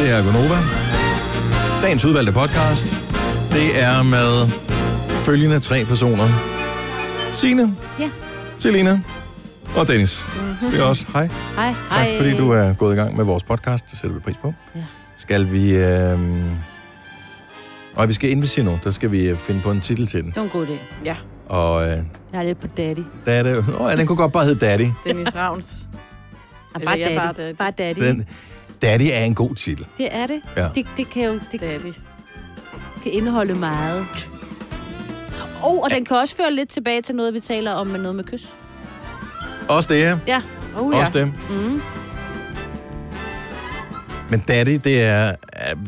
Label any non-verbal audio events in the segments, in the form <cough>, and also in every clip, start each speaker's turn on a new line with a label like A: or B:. A: Det er Gonova. Dagens udvalgte podcast. Det er med følgende tre personer. Signe,
B: Ja. Mhm.
A: Selina og Dennis. Det er også. Hej.
B: Hej.
A: Tak
B: Hej.
A: fordi du er gået i gang med vores podcast. Det sætter vi pris på.
B: Ja.
A: Skal vi... Øh... Og vi skal inden vi siger noget, der skal vi øh, finde på en titel til den.
B: Det var en god idé.
C: Ja,
A: Og øh,
B: Jeg er lidt på daddy.
A: der er det jo... Nå, ja, den kunne godt bare hedde Daddy.
C: Dennis Ravns.
B: <laughs> Ah,
C: Eller
B: bare,
C: jeg
B: daddy.
C: er
B: bare
C: bare
B: daddy.
C: daddy.
B: Bare daddy.
A: Den, daddy er en god titel.
B: Det er det.
A: Ja.
B: det. Det kan jo det
C: Daddy.
B: kan indeholde meget. Oh, og den kan også føre lidt tilbage til noget, vi taler om med noget med kys.
A: Også det her.
B: Ja.
C: Oh,
A: Også det.
B: Mm.
A: Men daddy, det er,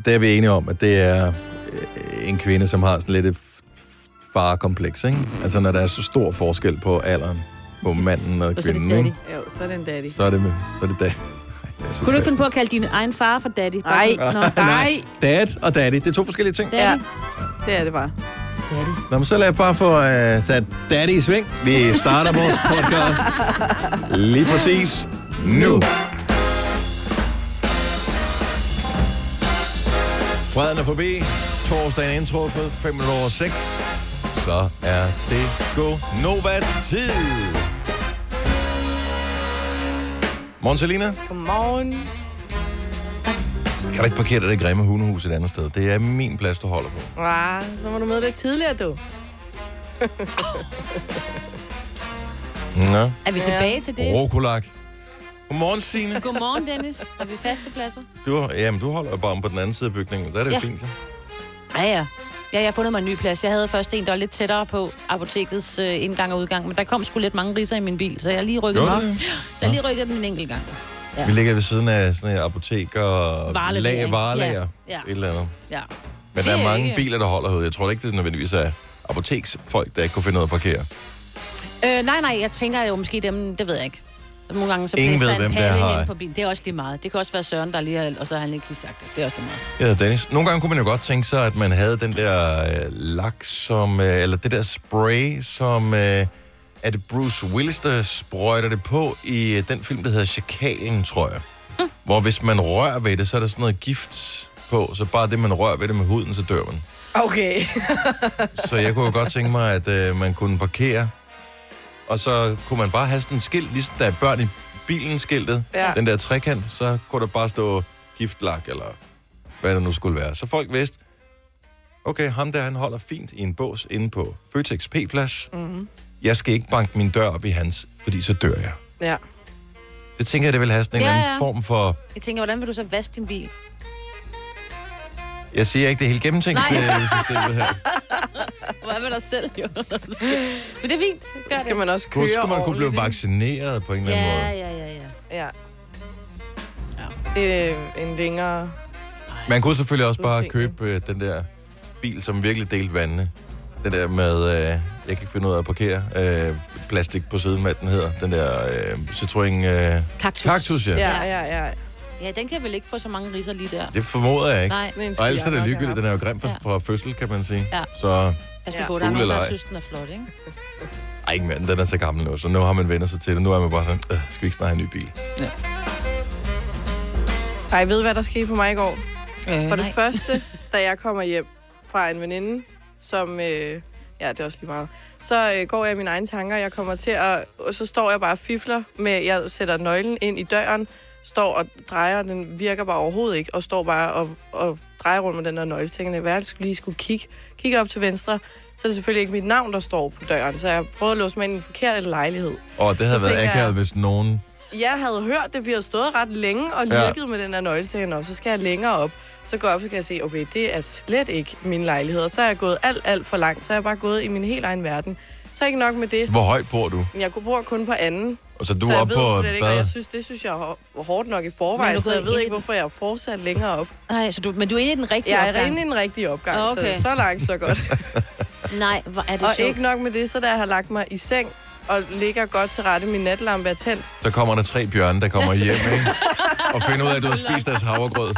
A: det er vi enige om, at det er øh, en kvinde, som har sådan lidt et f- f- farekompleks, ikke? Altså, når der er så stor forskel på alderen på manden og
B: Og så er det
A: kvinden,
B: daddy.
A: ikke?
C: Jo, så er det en daddy.
A: Så er det, så er <laughs> det daddy. Ej, det er så
B: Kunne du ikke
A: fast.
B: finde på at kalde din egen far for daddy? Bare
C: Nej,
B: sådan, Nå,
C: <laughs> nej.
A: Dad og daddy, det er to forskellige ting.
B: Daddy. Ja.
C: Det er det bare.
B: Daddy.
A: Nå, men så lad jeg bare få øh, sat daddy i sving. Vi starter vores podcast lige præcis nu. Freden er forbi. Torsdagen er indtruffet. 5 minutter over 6. Så er det go Nova tid. Morgen, Selina.
C: Godmorgen.
A: Kan du ikke parkere det der grimme hundehus et andet sted? Det er min plads, du holder på.
C: Ah, så må du møde lidt tidligere, du.
A: Nå.
B: Er vi
C: Ja.
B: tilbage til det?
A: Rokolak. Godmorgen, Signe.
B: Godmorgen, Dennis. Er vi faste pladser?
A: Du, jamen, du holder jo bare om på den anden side af bygningen. Der er det jo
B: Ja.
A: fint. jo.
B: Ja, ja. Ja, jeg har fundet mig en ny plads. Jeg havde først en, der var lidt tættere på apotekets øh, indgang og udgang, men der kom sgu lidt mange riser i min bil, så jeg har lige rykket
A: Jo,
B: mig.
A: det.
B: Så jeg lige rykkede den en enkelt gang. Ja.
A: Vi ligger ved siden af sådan et apotek og
B: Varelevering.
A: lag, varelager.
B: Ja. Ja.
A: Et eller andet.
B: Ja.
A: Men
B: Det
A: der er
B: er
A: mange
B: ikke-
A: biler, der holder herude. Jeg tror da ikke, det er nødvendigvis er apoteksfolk, der ikke kunne finde noget at parkere.
B: Øh, nej, nej, jeg tænker jo måske dem, det ved jeg ikke. Nogle gange så
A: Ingen
B: blæser
A: ved,
B: der
A: hvem
B: en
A: der
B: palle
A: har-
B: hen på bilen. Det er også lige meget. Det kan også være Søren, der lige har, og så har han ikke lige sagt det. Det er også lige meget.
A: Jeg hedder Dennis. Nogle gange kunne man jo godt tænke sig, at man havde den der øh, lak, som, øh, eller det der spray, som øh, er det Bruce Willis, der sprøjter det på i øh, den film, der hedder Chakalen, tror jeg. Mm. Hvor hvis man rører ved det, så er der sådan noget gift på, så bare det, man rører ved det med huden, så dør man.
C: <laughs> Okay.
A: Så jeg kunne jo godt tænke mig, at øh, man kunne parkere, og så kunne man bare have sådan en skilt, ligesom der er børn i bilen skiltet, ja.
C: Ja.
A: den der trekant, så kunne der bare stå giftlak, eller hvad det nu skulle være. Så folk vidste, okay, ham der, han holder fint i en bås inde på Føtex P-plads. Mm-hmm. Jeg skal ikke banke min dør op i hans, fordi så dør jeg.
C: Ja.
A: Det tænker jeg, det vil have sådan en
B: Ja,
A: ja, eller anden
B: ja.
A: form for...
B: Jeg tænker, hvordan vil du så vaske din bil?
A: Jeg siger ikke det er helt gennemtænkt,
B: Nej.
A: det øh, systemet
B: <laughs>
A: her.
B: Hvad med dig selv, <laughs> jo? Men det er fint. Gør
C: Så skal man også køre
A: Kunne, skulle man kunne blive
C: ordentligt,
A: vaccineret på en eller anden måde?
B: Ja, ja, ja, ja.
C: ikke? Ja. Det er en længere...
A: Man kunne selvfølgelig også bare
C: Udtænkt, ikke?
A: købe øh, den der bil, som virkelig delte vandene. Den der med, øh, jeg kan ikke finde ud af at parkere, øh, plastik på siden, hvad den hedder. Den der øh, Citroën... Øh,
B: Kaktus.
A: Kaktus, ja.
C: Ja, ja, ja.
B: Ja, den kan vel ikke få så mange riser lige der.
A: det formoder jeg ikke.
B: Nej.
C: Sådan en
A: Og
C: skulle
A: ellers er
C: jeg
A: det
C: nok
A: ligegyldigt,
C: have
A: den er jo grim fra,
B: Ja.
A: fra fødsel, kan man sige.
B: Ja.
A: Så,
B: Pas
C: Ja.
B: ja. på, der er nogen,
A: Fugleleje.
B: der synes, den er flot, ikke?
A: ej, ikke mere, den er så gammel nu, så nu har man vendt sig til det. Nu er man bare sådan, øh, skal vi ikke snart have en ny bil?
C: haft. Ej, ved du, hvad der skete for mig i går?
B: Øh,
C: For det første, da jeg kommer hjem fra en veninde, som... Øh, ja, det er også lige meget. Så øh, går jeg i mine egne tanker, jeg kommer til at... Og så står jeg bare og fifler med... Jeg sætter nøglen ind i døren, står og drejer, og den virker bare overhovedet ikke, og står bare og, og drejer rundt med den der nøgle. Så tænker jeg, hvad er det, jeg skulle lige skulle kigge, kigge op til venstre, så er det selvfølgelig ikke mit navn, der står på døren. Så jeg prøvede at låse mig ind i en forkert lejlighed.
A: Og det havde
C: Så
A: været
C: tænker
A: akavet,
C: jeg-
A: hvis nogen...
C: jeg havde hørt det, vi havde stået ret længe og
A: Ja.
C: lirket ja. med den her nøgle, så tænkte jeg, "Nå, så skal jeg længere op. Så går jeg op, så kan jeg se, okay, det er slet ikke min lejlighed. Og så er jeg gået alt, alt for langt, så er jeg bare gået i min helt egen verden. Så ikke nok med det.
A: Hvor højt bor du?
C: Men jeg bor kun på anden,
A: Og så er du
C: så
A: er
C: jeg
A: oppe
C: ved
A: på...
C: slet ikke, og jeg synes, det synes jeg er hår- hårdt nok i
B: Men du
C: forvejen, så
B: ved
C: jeg ved
B: ikke-
C: ikke, hvorfor jeg er fortsat længere op.
B: Nej, så du, men du er inde i den rigtige
C: Jeg er
B: opgang.
C: inde i en rigtig opgang,
B: Okay.
C: okay. så, så langt, så godt.
B: <laughs> Nej, hvor er det
C: og
B: sjovt.
C: ikke nok med det, så da jeg har lagt mig i seng og ligger godt til rette, min natlampe er tændt,
A: Så kommer der tre bjørne, der kommer hjem, ikke? Og finder ud af, at du har spist deres havregrød.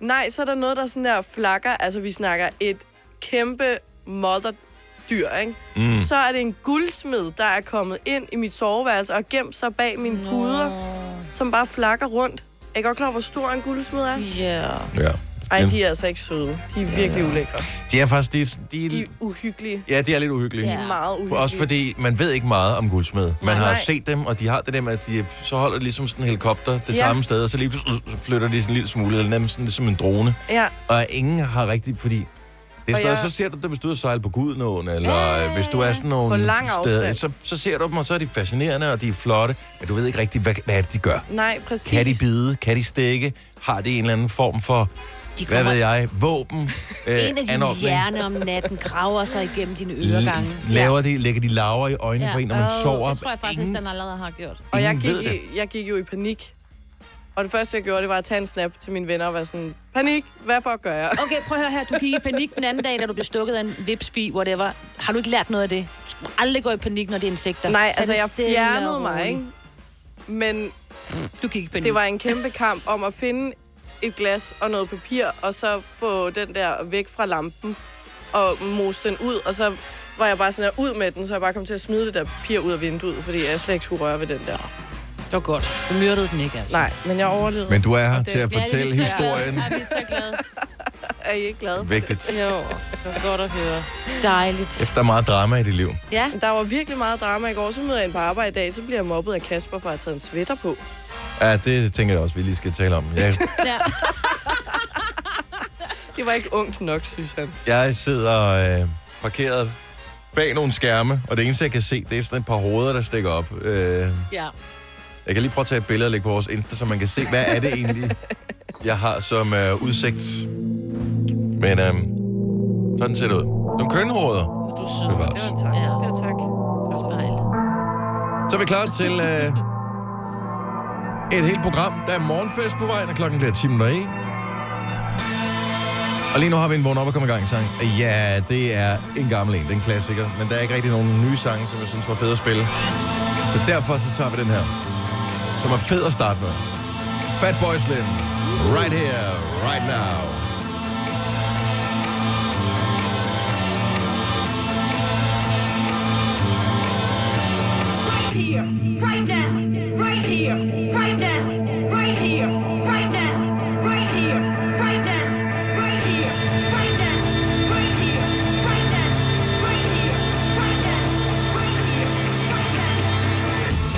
C: Nej, så er der noget, der sådan der flakker. Altså, vi snakker et kæmpe motherdyr, ikke? Mm. Så er det en guldsmed, der er kommet ind i mit soveværelse og gemt sig bag mine puder, som bare flakker rundt. Er I godt klar, over, hvor stor en guldsmed er?
B: Ja.
A: Ja.
C: Ej,
A: Men-
C: de er altså ikke søde. De er virkelig ulækre.
A: De er faktisk... De, er- de,
C: De
A: de,
C: er uhyggelige.
A: ja, de er lidt uhyggelige.
C: De er meget uhyggelige.
A: Også fordi man ved ikke meget om guldsmed. Man
C: Nej,
A: har
C: nej.
A: set dem, og de har det der med, at de, så holder de ligesom sådan en helikopter det
C: Ja.
A: samme sted, og så lige pludselig så flytter de sådan en lille smule, eller nærmest sådan, som en drone.
C: Ja,
A: Og ingen har rigtigt, fordi... Det er
C: Og
A: sådan, noget,
C: jeg-
A: så ser du dem, hvis du er sejlet på Gudenåen, eller
B: Ja,
A: ja,
B: ja,
A: hvis du er sådan nogle
C: På lang
A: steder,
C: afstand.
A: så, så ser du dem, og så er de fascinerende, og de er flotte, men du ved ikke rigtigt, hvad, hvad er det, de gør.
C: nej, præcis.
A: Kan de bide? Kan de stikke? Har de en eller anden form for,
B: De
A: hvad
B: kommer
A: ved jeg,
C: <laughs>
A: våben? Øh,
B: ind i din
A: anordning?
B: hjerne om natten, graver sig igennem dine øregange.
A: L- laver de, lægger de laver i øjnene ja. på en, når man
B: Åh,
A: sover?
B: Det tror jeg faktisk,
A: Ingen-
B: den allerede har gjort.
C: Og jeg
A: Ingen
C: gik,
A: ved det.
C: i, jeg gik jo i panik. Og det første, jeg gjorde, det var at tage en snap til mine venner og være sådan, panik, hvad for gør jeg?
B: Okay, prøv at høre her. Du gik i panik den anden dag, da du blev stukket af en vipsbi, whatever. Har du ikke lært noget af det? Du skal aldrig gå i panik, når det er insekter.
C: Nej,
B: Tag
C: altså
B: det
C: jeg
B: stille
C: fjernede
B: og
C: mig,
B: roligt.
C: ikke? Men
B: Du gik i panik.
C: det var en kæmpe kamp om at finde et glas og noget papir, og så få den der væk fra lampen og mose den ud, og så var jeg bare sådan her, ud med den, så jeg bare kom til at smide det der papir ud af vinduet, fordi jeg slet ikke skulle røre ved den der.
B: Det var godt. Du myrdede den ikke, altså.
C: Nej, men jeg overlevede.
A: Men du er her
C: Og det-
A: til at
B: Ja, det er vi
A: fortælle
B: så
A: historien.
B: glade. Ja, vi er så glade.
C: <laughs> Er I ikke glade?
A: Vigtigt.
B: Jo, det var godt at høre. Dejligt.
A: Efter meget drama i dit liv.
B: Ja,
C: Der var virkelig meget drama i går, så møder jeg en på arbejde i dag, så bliver jeg mobbet af Kasper for at have taget en sweater på.
A: Ja, det tænker jeg også, vi lige skal tale om. Jeg,
B: ja.
C: <laughs> Det var ikke ungt nok, synes han.
A: jeg sidder øh, parkeret bag nogle skærme, og det eneste, jeg kan se, det er sådan et par hoveder, der stikker op. Øh,
B: ja.
A: jeg kan lige prøve at tage et billede og lægge på vores Insta, så man kan se, hvad er det egentlig, jeg har som øh, udsigt. Men øh, sådan ser det ud. Nogle kønhoveder.
B: Du er sød.
A: Bevares.
C: Det var tak.
B: Ja.
C: Det var tak. Det var tak.
B: Dejligt.
A: Så er vi klar til øh, et helt program. Der er morgenfest på vejen, og klokken bliver 10 minutter i. Og lige nu har vi en vågn op og komme i gang sang. Ja, det er en gammel en, den klassiker. Men der er ikke rigtig nogen nye sange, som jeg synes var fede at spille. Så derfor så tager vi den her, som er fed at starte med. Fat Boy Slim. Right here, right now.
D: right here, right now, right here, right now, right here, right now, right here, right now, right here, right now, right here, right now, right here, right now, right here, right now.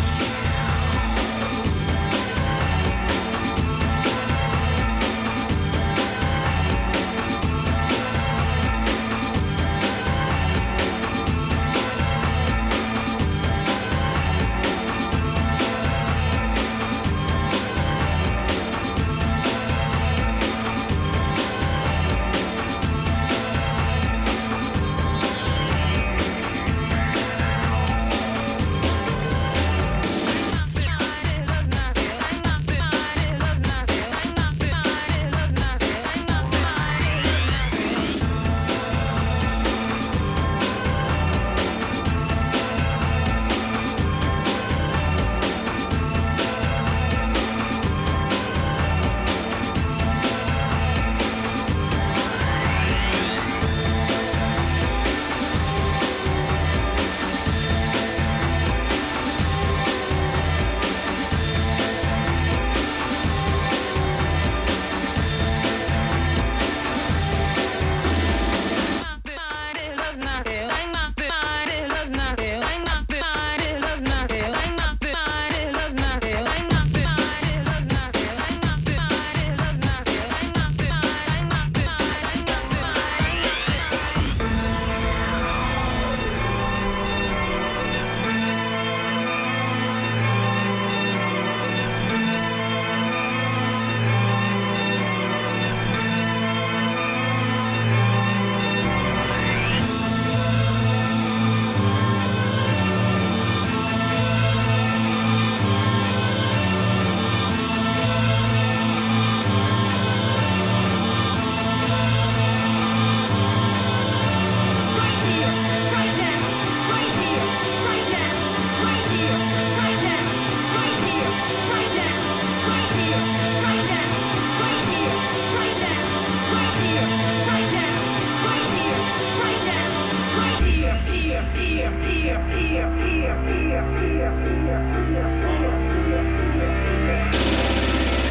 D: Right here, right now, right here, right now, right here, right now, right here, right now, right here, right now, right here, right now, right here, right now, right here, right now, right here, here, here, here, here, here,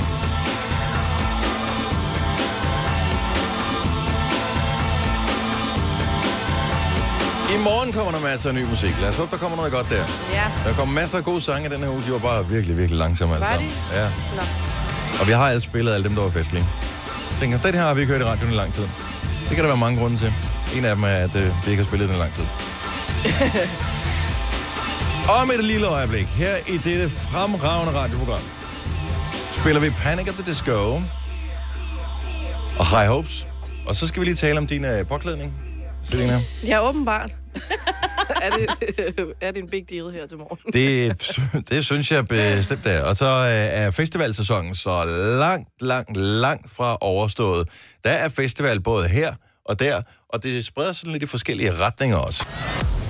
D: here, here, here, here, here, here, here, here.
A: I morgen kommer der masser af ny musik. Lad os håbe, der kommer noget godt der.
C: Ja.
A: Der kom masser af gode sange den her uge. De var bare virkelig, virkelig langsomme alle
C: Var
A: sammen.
C: de?
A: Ja.
C: Nå.
A: Og vi har alle spillet alle dem, der var festlige. Jeg tænker, den her har vi ikke hørt i radioen i lang tid. Det kan der være mange grunde til. En af dem er, at øh, vi ikke har spillet den i lang tid. Om et lille øjeblik, her i dette fremragende radioprogram, spiller vi Panic at the Disco og High Hopes. Og så skal vi lige tale om din øh, påklædning, Selina.
C: Ja, åbenbart. <laughs> er, det, øh, er det en big deal her til morgen?
A: Det, sy- det synes jeg bestemt er. Og så øh, er festivalsæsonen så langt, langt, langt fra overstået. Der er festival både her og der, og det spreder sig lidt i forskellige retninger også.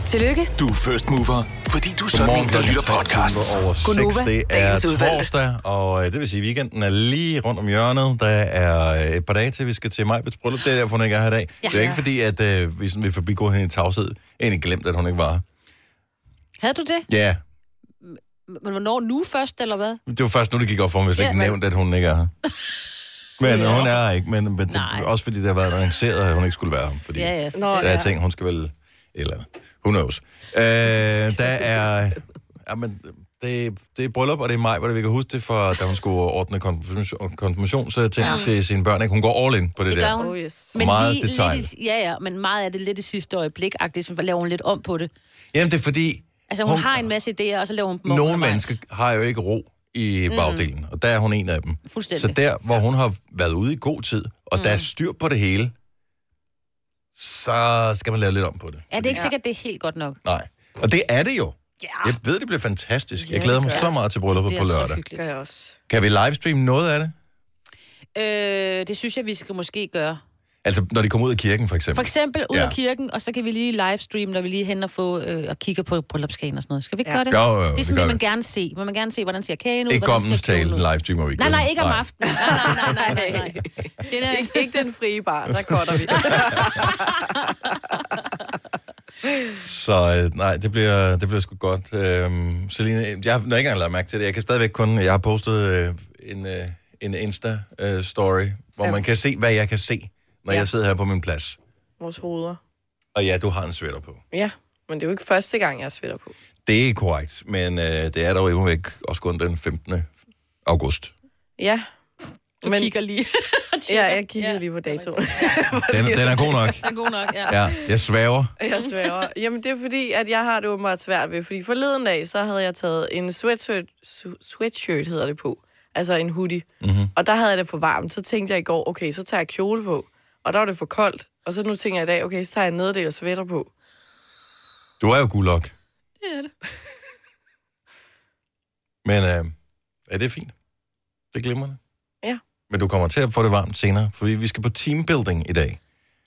E: Tillykke.
F: Du er first mover, fordi du er sådan en, der lytter podcasts.
A: over 6.
E: Gunova,
A: Det er
E: dagens udvalgte.
A: torsdag, og øh, det vil sige, at weekenden er lige rundt om hjørnet. Der er øh, et par dage til, vi skal til Majbets bryllup. Det er derfor, hun ikke er her i dag. Ja. Det er ikke fordi, at øh, vi sådan vil forbigå hende i tavshed. Jeg har egentlig glemt, at hun ikke var her.
B: Havde du det?
A: Ja, yeah.
B: Men hvornår nu først, eller hvad?
A: Det var først nu, det gik op for mig, hvis jeg
B: Ja,
A: ikke
B: men-
A: nævnte, at hun ikke er her.
B: <laughs>
A: Men hun er her ikke, men, men det,
B: Nej.
A: også fordi det har været arrangeret, at hun ikke skulle være her. Fordi
B: Ja, ja. Så
C: Nå,
B: det,
A: der er
C: ja.
A: ting, hun skal vel... Eller, who knows. Øh, der er... Jamen, det, det er bryllup, og det er maj, hvor det, vi kan huske det, for da hun skulle ordne konfirmation, konfirmation så jeg tænkte ja. til sine børn, at hun går all in på det,
B: det
A: der.
B: gør hun.
C: Oh, yes.
B: Men
A: Meget
B: lige,
A: detaljer.
B: lidt i, ja, ja, men meget af det lidt i sidste øjeblik, agtigt, så laver hun lidt om på det.
A: Jamen, det er fordi...
B: Altså, hun, hun har en masse idéer, og så laver hun dem om
A: Nogle
B: undervejs.
A: mennesker har jo ikke ro i bagdelen, og der er hun en af dem.
B: Mm. Fuldstændig.
A: Så der, hvor hun har været ude i god tid, og mm. der er styr på det hele, så skal man lave lidt om på det.
B: Ja, det er ikke sikkert, det er helt godt nok.
A: Nej. Og det er det jo. Ja. Jeg ved, det bliver fantastisk. Jeg glæder mig så meget til brylluppet
B: Det
A: på
B: er så
A: lørdag.
B: hyggeligt.
C: Gør jeg også.
A: Kan vi livestreame noget af det?
B: Øh, det synes jeg, vi skal måske gøre.
A: Altså, når de kommer ud af kirken, for
B: For
A: eksempel.
B: eksempel ud
A: Ja.
B: ja. af kirken, og så kan vi lige livestream, når vi lige hen og, få, øh, og kigger på bryllupskagen og sådan noget. Skal vi ikke
C: Ja.
B: ja. gøre
A: Jo, jo,
B: det?
A: jo,
B: det er
A: det
B: sådan,
A: gør
B: vil
A: vi.
B: man gerne se. Vil man gerne se, hvordan ser kagen ud?
A: Ikke
B: hvordan
A: Gommens
B: ser kjolen
A: tale,
B: ud?
A: livestreamer vi
B: Nej, nej, ikke om aftenen. Nej, nej, nej, nej, nej. Den er,
C: Ikke, ikke den frie bar, der
A: <laughs>
C: korter vi.
A: Så øh, nej, det bliver, det bliver sgu godt. Øhm, Selina, jeg har jeg har ikke engang lagt mærke til det. Jeg kan stadigvæk kun... Jeg har postet øh, en, øh, en Insta-story, øh, story, hvor
C: Ja.
A: man kan se, hvad jeg kan se, når
C: Ja.
A: jeg sidder her på min plads.
C: Vores hoveder.
A: Og ja, du har en sweater på.
C: Ja, men det er jo ikke første gang, jeg sweater på.
A: Det er korrekt, men øh, det er dog endnu væk også kun den 15. august.
C: Ja.
B: du
C: men,
B: kigger lige.
C: Ja,
B: <laughs>
C: jeg kiggede lige på datoen.
A: Den, den er god nok.
B: Den er god nok, ja.
A: Ja, jeg svæver.
C: Jeg sværger. Jamen, det er fordi, at jeg har det åbenbart svært ved. Fordi forleden dag, så havde jeg taget en sweatshirt, su- sweatshirt hedder det på. Altså en hoodie.
A: Mhm.
C: Mm-hmm. Og der havde jeg det for varmt. Så tænkte jeg i går, okay, så tager jeg kjole på. Og der var det for koldt. Og så nu tænker jeg i dag, okay, så tager jeg en nederdel og sweater på.
A: Du er jo gulok,
B: Det er det.
A: men øh, ja, det er fint. Det er glimrende.
C: Ja.
A: Men du kommer til at få det varmt senere, fordi vi skal på teambuilding i dag.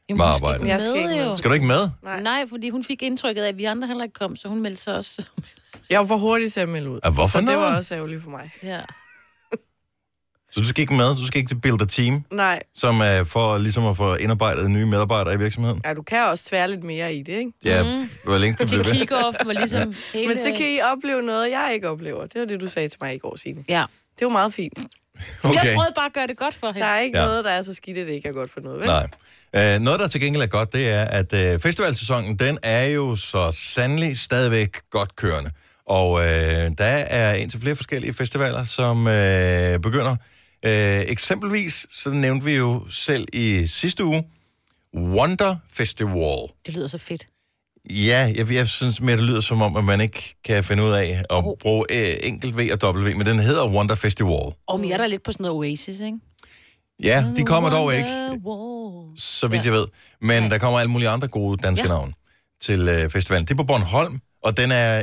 B: Jamen,
A: Med
B: hun
A: arbejde.
B: ikke
C: Jeg skal
B: med,
C: ikke med.
B: jo.
A: Skal du ikke med?
C: Nej.
B: Nej, fordi hun fik indtrykket af, at vi andre heller ikke kom, så hun meldte sig også.
C: Jeg var for hurtig til at melde ud.
A: Ja, hvorfor
C: så det
A: noget?
C: var også ærgerligt for mig.
B: Ja.
A: Så du skal ikke med, du skal ikke til Builder Team,
C: Nej,
A: som er for ligesom at få indarbejdet nye medarbejdere i virksomheden.
C: ja, du kan også tvære lidt mere i det, ikke?
A: Ja, mm. hvor længe skal du
B: Til
A: blive ved?
B: kick-off var ligesom hele...
C: Men så kan I opleve noget, jeg ikke oplever. Det var det, du sagde til mig i går, Signe.
B: Ja.
C: Det er jo meget fint.
B: Okay.
A: <laughs>
B: Jeg
A: Okay,
B: prøvede bare at gøre det godt for
C: Der
B: hende.
C: er ikke
A: Ja.
C: ja. noget, der er så skidt, at det ikke er godt for noget, vel?
A: <laughs> nej. Øh, noget, der til gengæld er godt, det er, at øh, festivalsæsonen, den er jo så sandelig stadigvæk godt kørende. Og øh, der er indtil flere forskellige festivaler, som øh, begynder. Øh, eksempelvis, så nævnte vi jo selv i sidste uge, Wonder Festival.
B: Det lyder så fedt.
A: Ja, jeg, jeg synes mere, det lyder som om, at man ikke kan finde ud af at oh. bruge øh, enkelt V og W, men den hedder Wonder Festival.
B: Og vi er der lidt på sådan noget Oasis, ikke?
A: Ja, de kommer dog
B: Wonder
A: ikke,
B: Wall.
A: så vidt jeg ved. Men der kommer alle mulige andre gode danske ja.
B: Ja.
A: navne til øh, festivalen. Det er på Bornholm, og den er,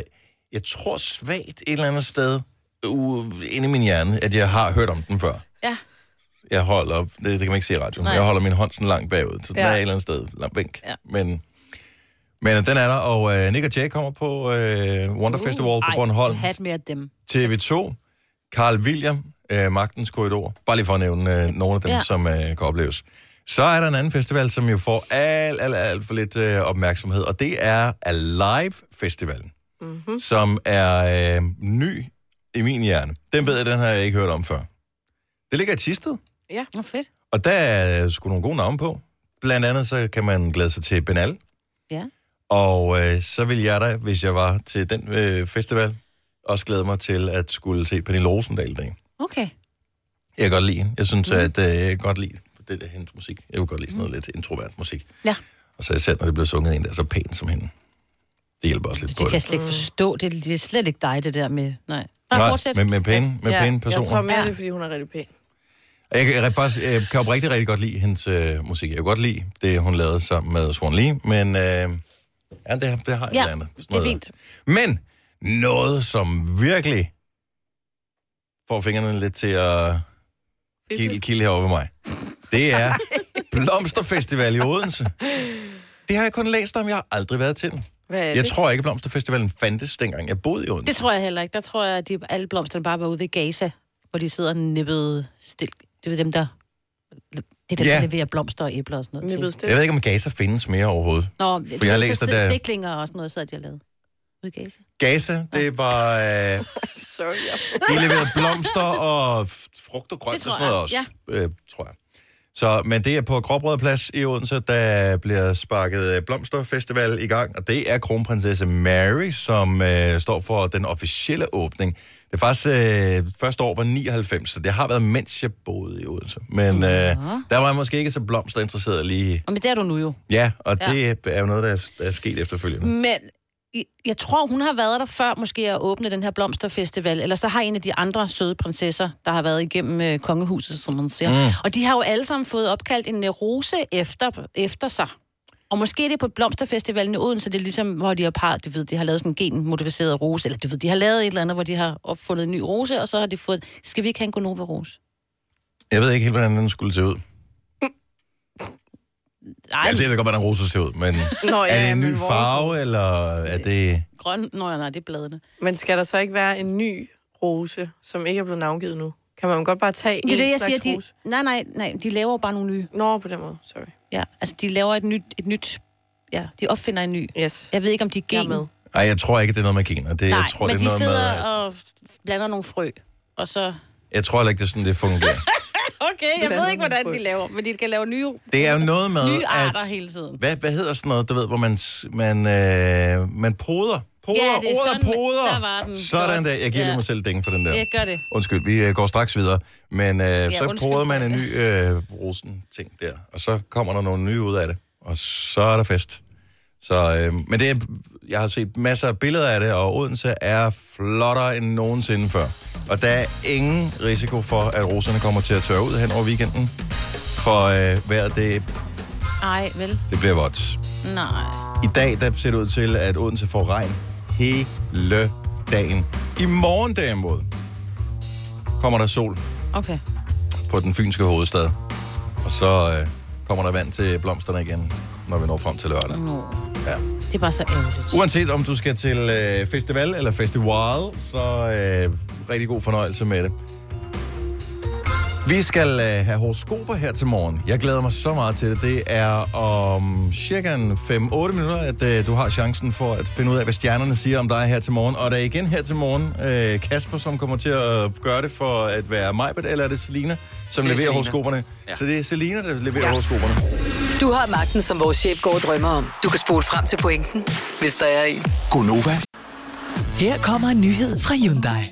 A: jeg tror, svagt et eller andet sted uh, inde i min hjerne, at jeg har hørt om den før.
B: Ja.
A: Jeg holder, det, det kan man ikke se i radioen, Nej.
B: Nej.
A: jeg holder min hånd sådan langt bagud, så den ja.
C: Ja.
A: er et eller andet sted langt væk. Ja.
B: Ja.
A: Men, men den er der, og øh, Nick og Jay kommer på øh, Wonder uh, Festival på Bornholm.
B: Ej, hat med af dem.
A: TV2, Carl William, øh, Magtens Korridor. Bare lige for at nævne øh, nogle af dem, ja.
B: Ja.
A: som øh, kan opleves. Så er der en anden festival, som jo får alt, alt, alt for lidt øh, opmærksomhed, og det er Alive Festivalen, mm-hmm. som er øh, ny i min hjerne. Den ved jeg, den har jeg ikke hørt om før. Det ligger i Tisted,
B: Nå, fedt.
A: og der er sgu nogle gode navne på. Blandt andet så kan man glæde sig til Benal.
B: Ja.
A: Og øh, så ville jeg da, hvis jeg var til den øh, festival, også glæde mig til at skulle se Pernille Rosendal i dag.
B: Okay.
A: Jeg kan godt lide hende. Jeg
B: Mhm.
A: synes, mm. at øh, jeg kan godt lide det der hendes musik. Jeg vil godt lide sådan noget lidt introvert musik.
B: Ja.
A: Og så især, når det bliver sunget af en, der er så pæn som hende. Det hjælper også lidt
B: Det
A: på
B: kan jeg
A: det.
B: slet ikke forstå. Det, det er slet ikke dig, det der med... Nej. Bare
A: Nej,
B: fortsæt.
A: med, med pæne, med
C: Ja,
A: pæne
C: Jeg tror
A: personer.
C: mere,
B: Ja.
C: det er, fordi hun er rigtig pæn.
A: Jeg, kan- jeg, kan faktisk, jeg kan jo rigtig, rigtig godt lide hendes øh, musik. Jeg kan godt lide det, hun lavede sammen med Swan Lee, men øh, ja, det, har- det har et
B: Ja,
A: eller andet. Sådan
B: det
A: noget
B: er
A: der.
B: fint.
A: Men noget, som virkelig får fingrene lidt til at kilde, kilde herovre ved mig, det
C: <laughs>
A: er Blomsterfestival i Odense. Det har jeg kun læst om, jeg har aldrig været til den.
C: Hvad er
A: Jeg
C: det?
A: tror ikke, Blomsterfestivalen fandtes dengang, jeg boede i Odense.
B: Det tror jeg heller ikke. Der tror jeg, at de, alle blomsterne bare var ude ved Gaza, hvor de sidder nippet stille. Det er dem, der... Det er dem,
A: Ja.
B: der leverer blomster og æbler og sådan noget
C: Nippet
B: til.
A: Jeg
C: stille.
A: ved ikke, om Gaza findes mere overhovedet.
B: Nå, det
A: For jeg har
B: er
A: læst, at
B: så-
A: der-
B: Stiklinger og sådan noget, så de har lavet. Ude i Gaza.
A: Gaza, det var... Øh,
C: Sorry. ja.
A: De leverede blomster og f- frugt og
B: Det
A: grønt
B: tror
A: og sådan noget også,
B: jeg,
A: øh, tror jeg. Så, men det er på Gråbrød Plads i Odense, der bliver sparket øh, Blomsterfestival i gang, og det er kronprinsesse Mary, som øh, står for den officielle åbning. Det er faktisk øh, første år var 99, så det har været, mens jeg boede i Odense. Men øh, der var jeg måske ikke så blomsterinteresseret lige.
B: Og men det er du nu jo.
A: Ja, og
B: Ja.
A: det er jo noget, der er, er sket efterfølgende.
B: Men i- jeg tror, hun har været der før måske at åbne den her blomsterfestival, eller så har en af de andre søde prinsesser, der har været igennem øh, kongehuset, som man siger. Mm. Og de har jo alle sammen fået opkaldt en øh, rose efter, efter sig. Og måske er det på blomsterfestivalen i Odense, det er ligesom, hvor de har parret, du ved, de har lavet sådan en genmodificeret rose, eller du ved, de har lavet et eller andet, hvor de har opfundet en ny rose, og så har de fået, skal vi ikke have en Gonova-rose?
A: Jeg ved ikke helt, hvordan den skulle se ud.
B: Nej,
A: Altså, jeg ved godt, hvordan roser ser ud, men...
C: Nå, ja,
A: er det en
C: men
A: ny
C: vores-
A: farve, eller er det...
B: grøn, nå, nej, det er bladene.
C: Men skal der så ikke være en ny rose, som ikke er blevet navngivet nu? Kan man godt bare tage
B: Det er
C: en
B: det, jeg siger,
C: slags
B: de,
C: rose?
B: nej, nej, nej, de laver jo bare nogle nye.
C: Nå, på den måde. Sorry.
B: Ja, altså de laver et nyt, et nyt ja, de opfinder en ny.
C: Yes.
B: Jeg ved ikke, om de er
C: Jeg er
B: gen.
C: med.
A: Ej, jeg tror ikke, det er noget med gener. Det,
B: Nej,
A: jeg tror,
B: men
A: det er
B: de
A: noget
B: sidder
A: med... at-
B: og blander nogle frø, og så...
A: Jeg tror heller ikke, det er sådan, det fungerer.
B: <laughs> Okay, jeg
C: Blander nogle frø.
B: laver, men de kan lave nye,
A: Det er jo noget med,
B: nye arter
A: at...
B: hele tiden.
A: Hvad, hvad hedder sådan noget, du ved, hvor man, s- man, øh, man poder? Poder,
B: Ja, det er
A: ordet
B: sådan-
A: poder.
B: der var den.
A: Sådan
B: Godt.
A: der. Jeg giver lige
B: Mm. Ja.
A: mig selv dænge for den der.
B: Jeg gør det.
A: Undskyld, vi øh, går straks videre. Men øh, ja, så
B: undskyld
A: poder
B: for
A: man en
B: det.
A: ny øh, rosen-ting der, og så kommer der nogle nye ud af det, og så er der fest. Så, øh, men det er, jeg har set masser af billeder af det, og Odense er flottere end nogensinde før. Og der er ingen risiko for, at roserne kommer til at tørre ud hen over weekenden. For øh, vejret, det,
B: Ej, vel?
A: det bliver vådt.
B: Nej.
A: I dag der ser det ud til, at Odense får regn hele dagen. I morgen derimod kommer der sol
B: Okay.
A: på den fynske hovedstad. Og så øh, kommer der vand til blomsterne igen, når vi når frem til lørdag.
B: Nå.
A: Ja.
B: Det er bare så ærgerligt.
A: Uanset om du skal til øh, festival eller festival, så øh, rigtig god fornøjelse med det. Vi skal øh, have horoskoper her til morgen. Jeg glæder mig så meget til det. Det er om cirka en 5-8 minutter, at øh, du har chancen for at finde ud af, hvad stjernerne siger om dig her til morgen. Og der er igen her til morgen øh, Kasper, som kommer til at øh, gøre det for at være Majbet, eller er det Selina, som det leverer
E: Selina.
A: horoskoperne? Ja.
E: Ja.
A: Så det er Selina, der leverer ja. horoskoperne.
G: Du har magten, som vores chef går og drømmer om. Du kan spole frem til pointen, hvis der er en.
F: Gonova,
H: Her kommer en nyhed fra Hyundai.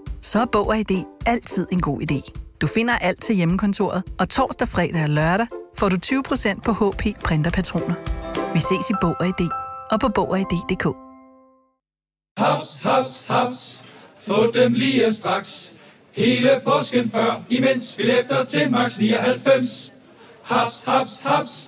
I: Så er Bog og ID altid en god idé. Du finder alt til hjemmekontoret, og torsdag, fredag og lørdag får du 20% på HP Printerpatroner. Vi ses i Bog og ID og på Bog og ID.dk.
J: <laughs> Haps, haps, haps. Få dem lige straks. Hele påsken før, imens billetter til max 99. Haps, haps, haps.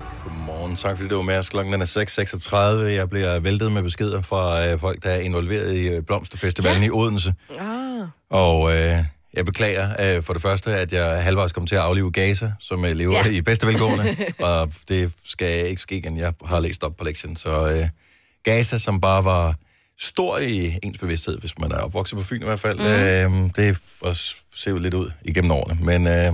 A: Godmorgen, tak fordi du var med os. Klokken den er 6.36. Jeg bliver væltet med beskeder fra øh, folk, der er involveret i øh, Blomsterfestivalen ja. i Odense.
C: Ah.
A: Og øh, jeg beklager øh, for det første, at jeg halvvejs kom til at aflive Gaza, som øh, lever
K: Ja.
A: ja. i bedste <laughs> velgående. og det skal ikke ske igen. Jeg har læst op på lektien. Så øh, Gaza, som bare var stor i ens bevidsthed, hvis man er opvokset på Fyn i hvert fald, mm. øh, det er f- også ser jo lidt ud igennem årene. Men, øh,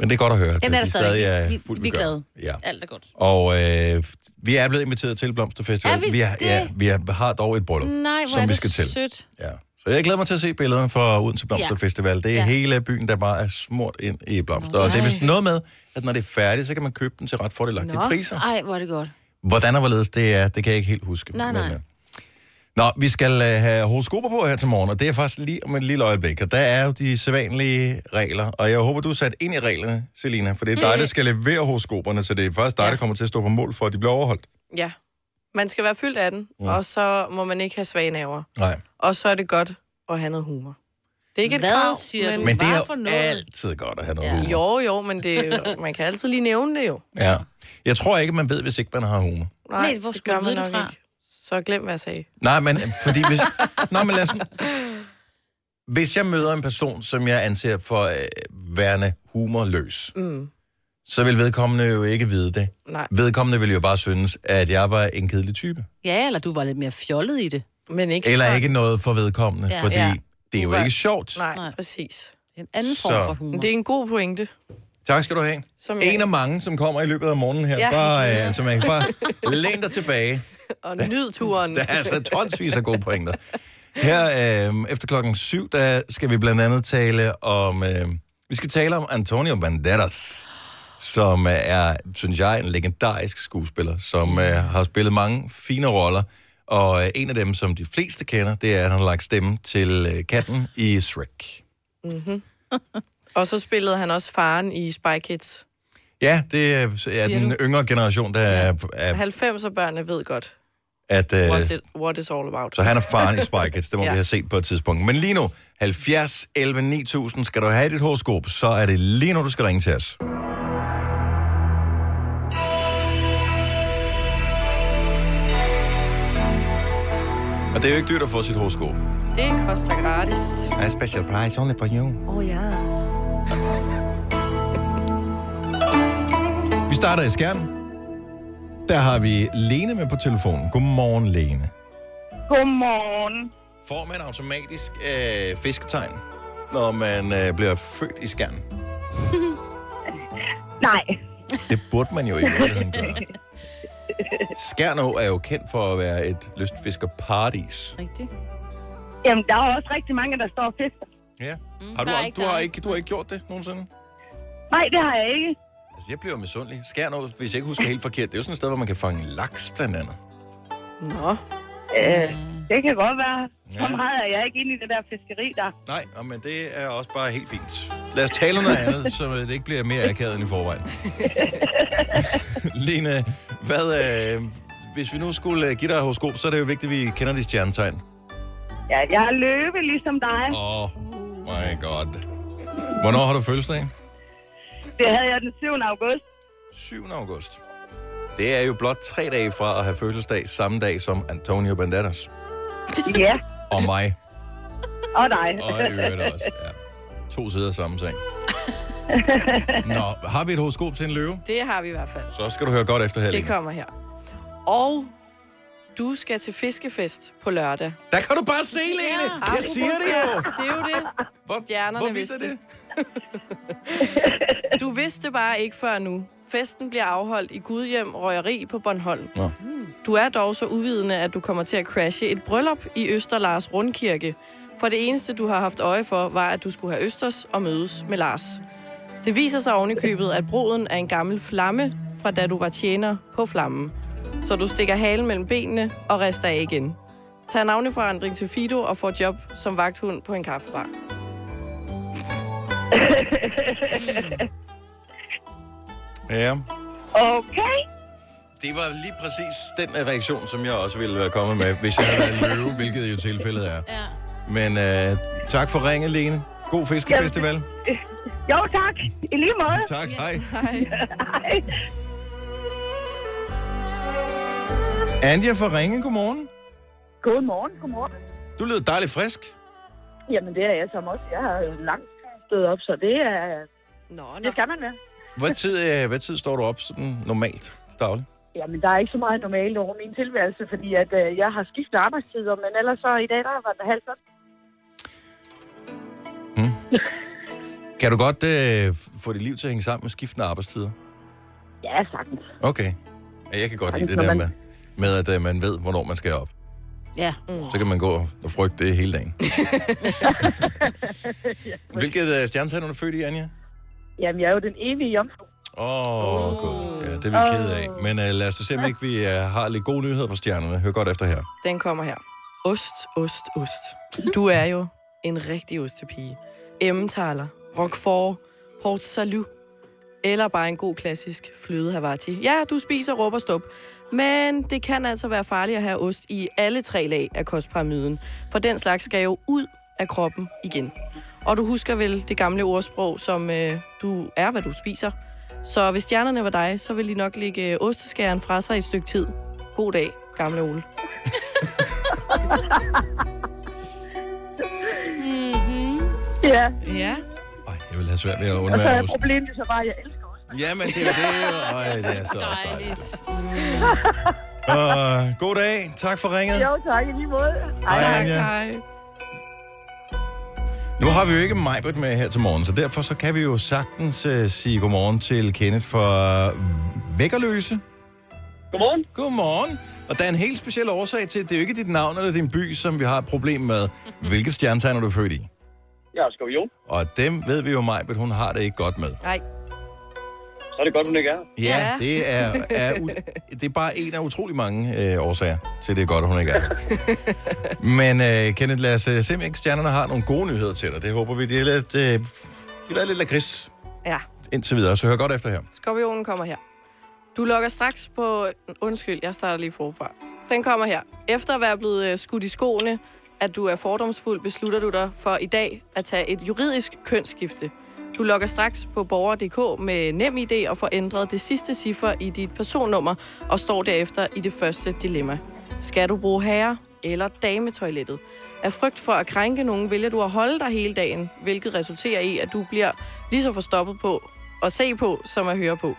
A: men det er godt at høre. at
B: Den er der
A: de
B: stadig.
A: er
B: Vi,
A: fuldt
B: vi er
A: begavede.
B: glade.
A: Ja.
B: Alt er godt.
A: Og øh, vi er blevet inviteret til Blomsterfestival.
B: Er vi
A: vi, er,
B: det?
A: ja, vi er, har dog et bryllup,
B: Nej, hvor er
A: som vi
B: det
A: skal til.
B: sødt.
A: Ja. Så jeg glæder mig til at se billederne fra Odense Blomsterfestival. Det er
B: Ja.
A: ja. hele byen, der bare er smurt ind i blomster. Og det er vist noget med, at når det er færdigt, så kan man købe den til ret fordelagtige priser.
B: Ej, hvor er det godt.
A: Hvordan og hvorledes det er, det kan jeg ikke helt huske.
B: Nej, nej.
A: øh, Nå, vi skal øh, have horoskoper på her til morgen, og det er faktisk lige om et lille øjeblik. Og der er jo de sædvanlige regler, og jeg håber, du er sat ind i reglerne, Selina, for det er dig,
C: Mm.
A: der skal levere horoskoperne, så det er faktisk dig, der kommer til at stå på mål for, at de bliver overholdt.
C: Ja. Man skal være fyldt af den,
A: Mm.
C: mm. og så må man ikke have svage naver.
A: Nej.
C: Og så er det godt at have noget humor. Det er ikke et
B: Hvad
C: krav,
B: siger
C: men,
A: Men det er jo altid godt at have noget ja. humor.
C: Jo, jo, men det, er
A: <laughs>
C: jo- man kan altid lige nævne det jo.
A: Ja. Jeg tror ikke, man ved, hvis ikke man har humor.
C: Nej,
B: Nej, hvor
C: det
B: skulle
C: gør
B: du
C: man
B: vide det
C: nok
B: fra?
C: Ikke. Så glem, hvad jeg sagde.
A: Nej, men øh, fordi <laughs> hvis... Nå, men lad os... Hvis jeg møder en person, som jeg anser for øh, værende humorløs,
C: Mm.
A: så vil vedkommende jo ikke vide det.
C: Nej.
A: Vedkommende vil jo bare synes, at jeg var en kedelig type.
B: Ja, eller du var lidt mere fjollet i det.
C: Men ikke
A: Eller ikke noget for vedkommende,
B: Ja.
A: ja. fordi
B: Ja.
A: ja. det er jo
B: Humor.
A: ikke sjovt.
C: Nej, Nej. præcis.
B: En
A: anden form Så- for humor.
C: Det er en god pointe.
A: Tak skal du have.
C: Som
A: Som
C: jeg-
A: En af mange, som kommer i løbet af morgenen her.
C: Ja.
A: Ja. Bare, øh, altså, man kan bare læne dig tilbage.
C: Og nyd
A: <laughs>
C: turen.
A: Der er altså tonsvis af gode pointer. Her øh, efter klokken syv, der skal vi blandt andet tale om... Øh, vi skal tale om Antonio Banderas, som er, synes jeg, en legendarisk skuespiller, som øh, har spillet mange fine roller. Og øh, en af dem, som de fleste kender, det er, at han har lagt stemme til øh, katten i Shrek.
C: Mm-hmm. og så spillede han også faren i Spy Kids.
A: Ja, det er ja, den yngre generation, der er... er
C: 90'er børnene ved godt,
A: at, øh,
C: what, it, what it's all about.
A: Så han er faren i Spy Kids,
C: <laughs>
A: det må
C: Ja.
A: ja. vi have set på et tidspunkt. Men lige nu, 70 11 9000, skal du have dit horoskop, så er det lige nu, du skal ringe til os. Og det er jo ikke dyrt at få sit horoskop.
C: Det koster gratis.
A: A special price only for you.
C: Oh yes.
A: Vi starter i skærmen. Der har vi Lene med på telefonen. Godmorgen, Lene.
L: Godmorgen.
A: Får man automatisk øh, fisketegn, når man øh, bliver født i skærmen?
L: <laughs> Nej.
A: Det burde man jo i virkeligheden gøre. Skærnå er jo kendt for at være et lystfiskerparadis.
B: Rigtigt.
L: Jamen, der er også rigtig mange, der står og fisker.
A: Ja. Har du,
L: Mm, der er
A: al-
L: ikke
A: du, har
L: dig.
A: ikke, du har ikke gjort det nogensinde?
L: Nej, det har jeg ikke.
A: Altså, jeg bliver jo misundelig. Skærnå, hvis jeg ikke husker helt forkert, det er jo sådan et sted, hvor man kan fange laks, blandt andet.
C: Nå.
L: Øh, det kan godt være. Så meget er jeg ikke inde i det der fiskeri der.
A: Nej, og men det er også bare helt fint. Lad os tale om noget andet, så det ikke bliver mere akavet end i <laughs> forvejen. Lene, hvad, øh, hvis vi nu skulle øh, give dig et horoskop, så er det jo vigtigt, at vi kender dit stjernetegn.
L: Ja, jeg er løbe ligesom dig.
A: Åh, oh, my god. Hvornår har du fødselsdag?
L: Det havde jeg den 7. august.
A: 7. august. Det er jo blot tre dage fra at have fødselsdag samme dag som Antonio Banderas
L: Ja,
A: og mig.
L: og dig.
A: Og i øvrigt også. Ja. To sider af samme <laughs> sag. Nå, har vi et horoskop til en løve?
C: Det har vi i hvert fald.
A: Så skal du høre godt efter her.
C: Det
A: Lene.
C: kommer her. Og du skal til fiskefest på lørdag.
A: Der kan du bare se, Lene!
C: Ja.
A: Jeg siger det jo!
C: Det er jo det. Hvor, Stjernerne
A: hvor vildt er
C: vidste det. <laughs> du vidste det bare ikke før nu. Festen bliver afholdt i Gudhjem Røgeri på Bornholm.
A: Nå.
C: Du er dog så uvidende, at du kommer til at crashe et bryllup i Øster Lars Rundkirke. For det eneste, du har haft øje for, var, at du skulle have Østers og mødes med Lars. Det viser sig ovenikøbet, at broden er en gammel flamme, fra da du var tjener på flammen. Så du stikker halen mellem benene og rester af igen. Tag navneforandring til Fido og får job som vagthund på en kaffebar.
A: Ja.
L: Okay.
A: Det var lige præcis den øh, reaktion, som jeg også ville være kommet med, hvis jeg havde været en løve, hvilket jo tilfældet er.
B: Ja.
A: Men øh, tak for ringet, Lene. God fiskefestival.
L: Jo, tak. I lige måde.
A: Tak, hej.
L: Hej.
A: Anja for ringe, godmorgen.
K: Godmorgen, godmorgen.
A: Du lyder dejligt frisk.
K: Jamen, det er jeg som også. Jeg har jo langt stået op, så det er...
C: Nå, nå.
K: Det skal man være.
A: Hvad tid, øh, hvad tid står du op sådan normalt til daglig?
K: Jamen, der er ikke så meget normalt over min tilværelse, fordi at, øh, jeg har skiftet arbejdstider, men ellers så i dag, der var det halv sådan.
A: Kan du godt øh, f- få dit liv til at hænge sammen med skiftende arbejdstider?
K: Ja, sagtens.
A: Okay. Ja, Jeg kan godt lide det
K: når
A: der
K: man-
A: med, med at øh, man ved, hvornår man skal op.
M: <laughs>
B: Ja. Mm.
A: Så kan man gå og frygte det hele dagen. Hvilket øh, stjernetegn er du født i, Anja?
K: Jamen, jeg er jo den evige jomfru.
A: Åh, oh, god. Ja, det er vi ked af. Men øh, lad os da se, om ikke vi øh, har lidt gode nyheder for stjernerne. Hør godt efter her.
C: Den kommer her. Ost, ost, ost. Du er jo en rigtig ostepige. Emmentaler, Roquefort, Port Salut, eller bare en god klassisk fløde Havarti. Ja, du spiser råb og stup, men det kan altså være farligt at have ost i alle tre lag af kostpyramiden, for den slags skal jo ud af kroppen igen. Og du husker vel det gamle ordsprog, som øh, du er, hvad du spiser. Så hvis stjernerne var dig, så ville de nok lægge osteskæren fra sig i et stykke tid. God dag, gamle Ole.
D: Mm-hmm.
K: Ja.
C: Ja.
A: Jeg vil have svært ved at
K: Og så
A: <laughs> undvære
K: er
A: ost.
K: problemet jo så bare, at jeg elsker os.
A: Jamen, det er jo det. jo. Øj, det er så også dejligt. Uh, god dag. Tak for
M: <laughs>
A: ringet.
K: Jo, tak i lige måde.
A: Hej, Anja.
C: Hej.
A: Nu har vi jo ikke Majbert med her til morgen, så derfor så kan vi jo sagtens uh, sige godmorgen til Kenneth fra Vækkerløse.
K: Godmorgen.
A: Godmorgen. Og der er en helt speciel årsag til, at det er jo ikke dit navn eller din by, som vi har et problem med. Hvilket stjernetegn er du født i?
M: Jeg er skorpion.
A: Og dem ved vi jo, Majbet, hun har det ikke godt med.
C: Nej.
M: Så er det godt, hun ikke er.
A: Ja, ja. Det, er, er, <laughs> u- det er bare en af utrolig mange øh, årsager til, det er godt, at hun ikke er. her. Men øh, Kenneth, lad os øh, se, om ikke stjernerne har nogle gode nyheder til dig. Det håber vi. De er lidt, øh, de har været lidt lakrids
C: Ja.
A: indtil videre, så hør godt efter her.
C: Skorpionen kommer her. Du lokker straks på... Undskyld, jeg starter lige forfra. Den kommer her. Efter at være blevet øh, skudt i skoene, at du er fordomsfuld, beslutter du dig for i dag at tage et juridisk kønsskifte. Du lokker straks på borger.dk med nem idé og får ændret det sidste ciffer i dit personnummer og står derefter i det første dilemma. Skal du bruge herre eller dametoilettet? Af frygt for at krænke nogen, vælger du at holde dig hele dagen, hvilket resulterer i, at du bliver lige så forstoppet på at se på, som at høre på.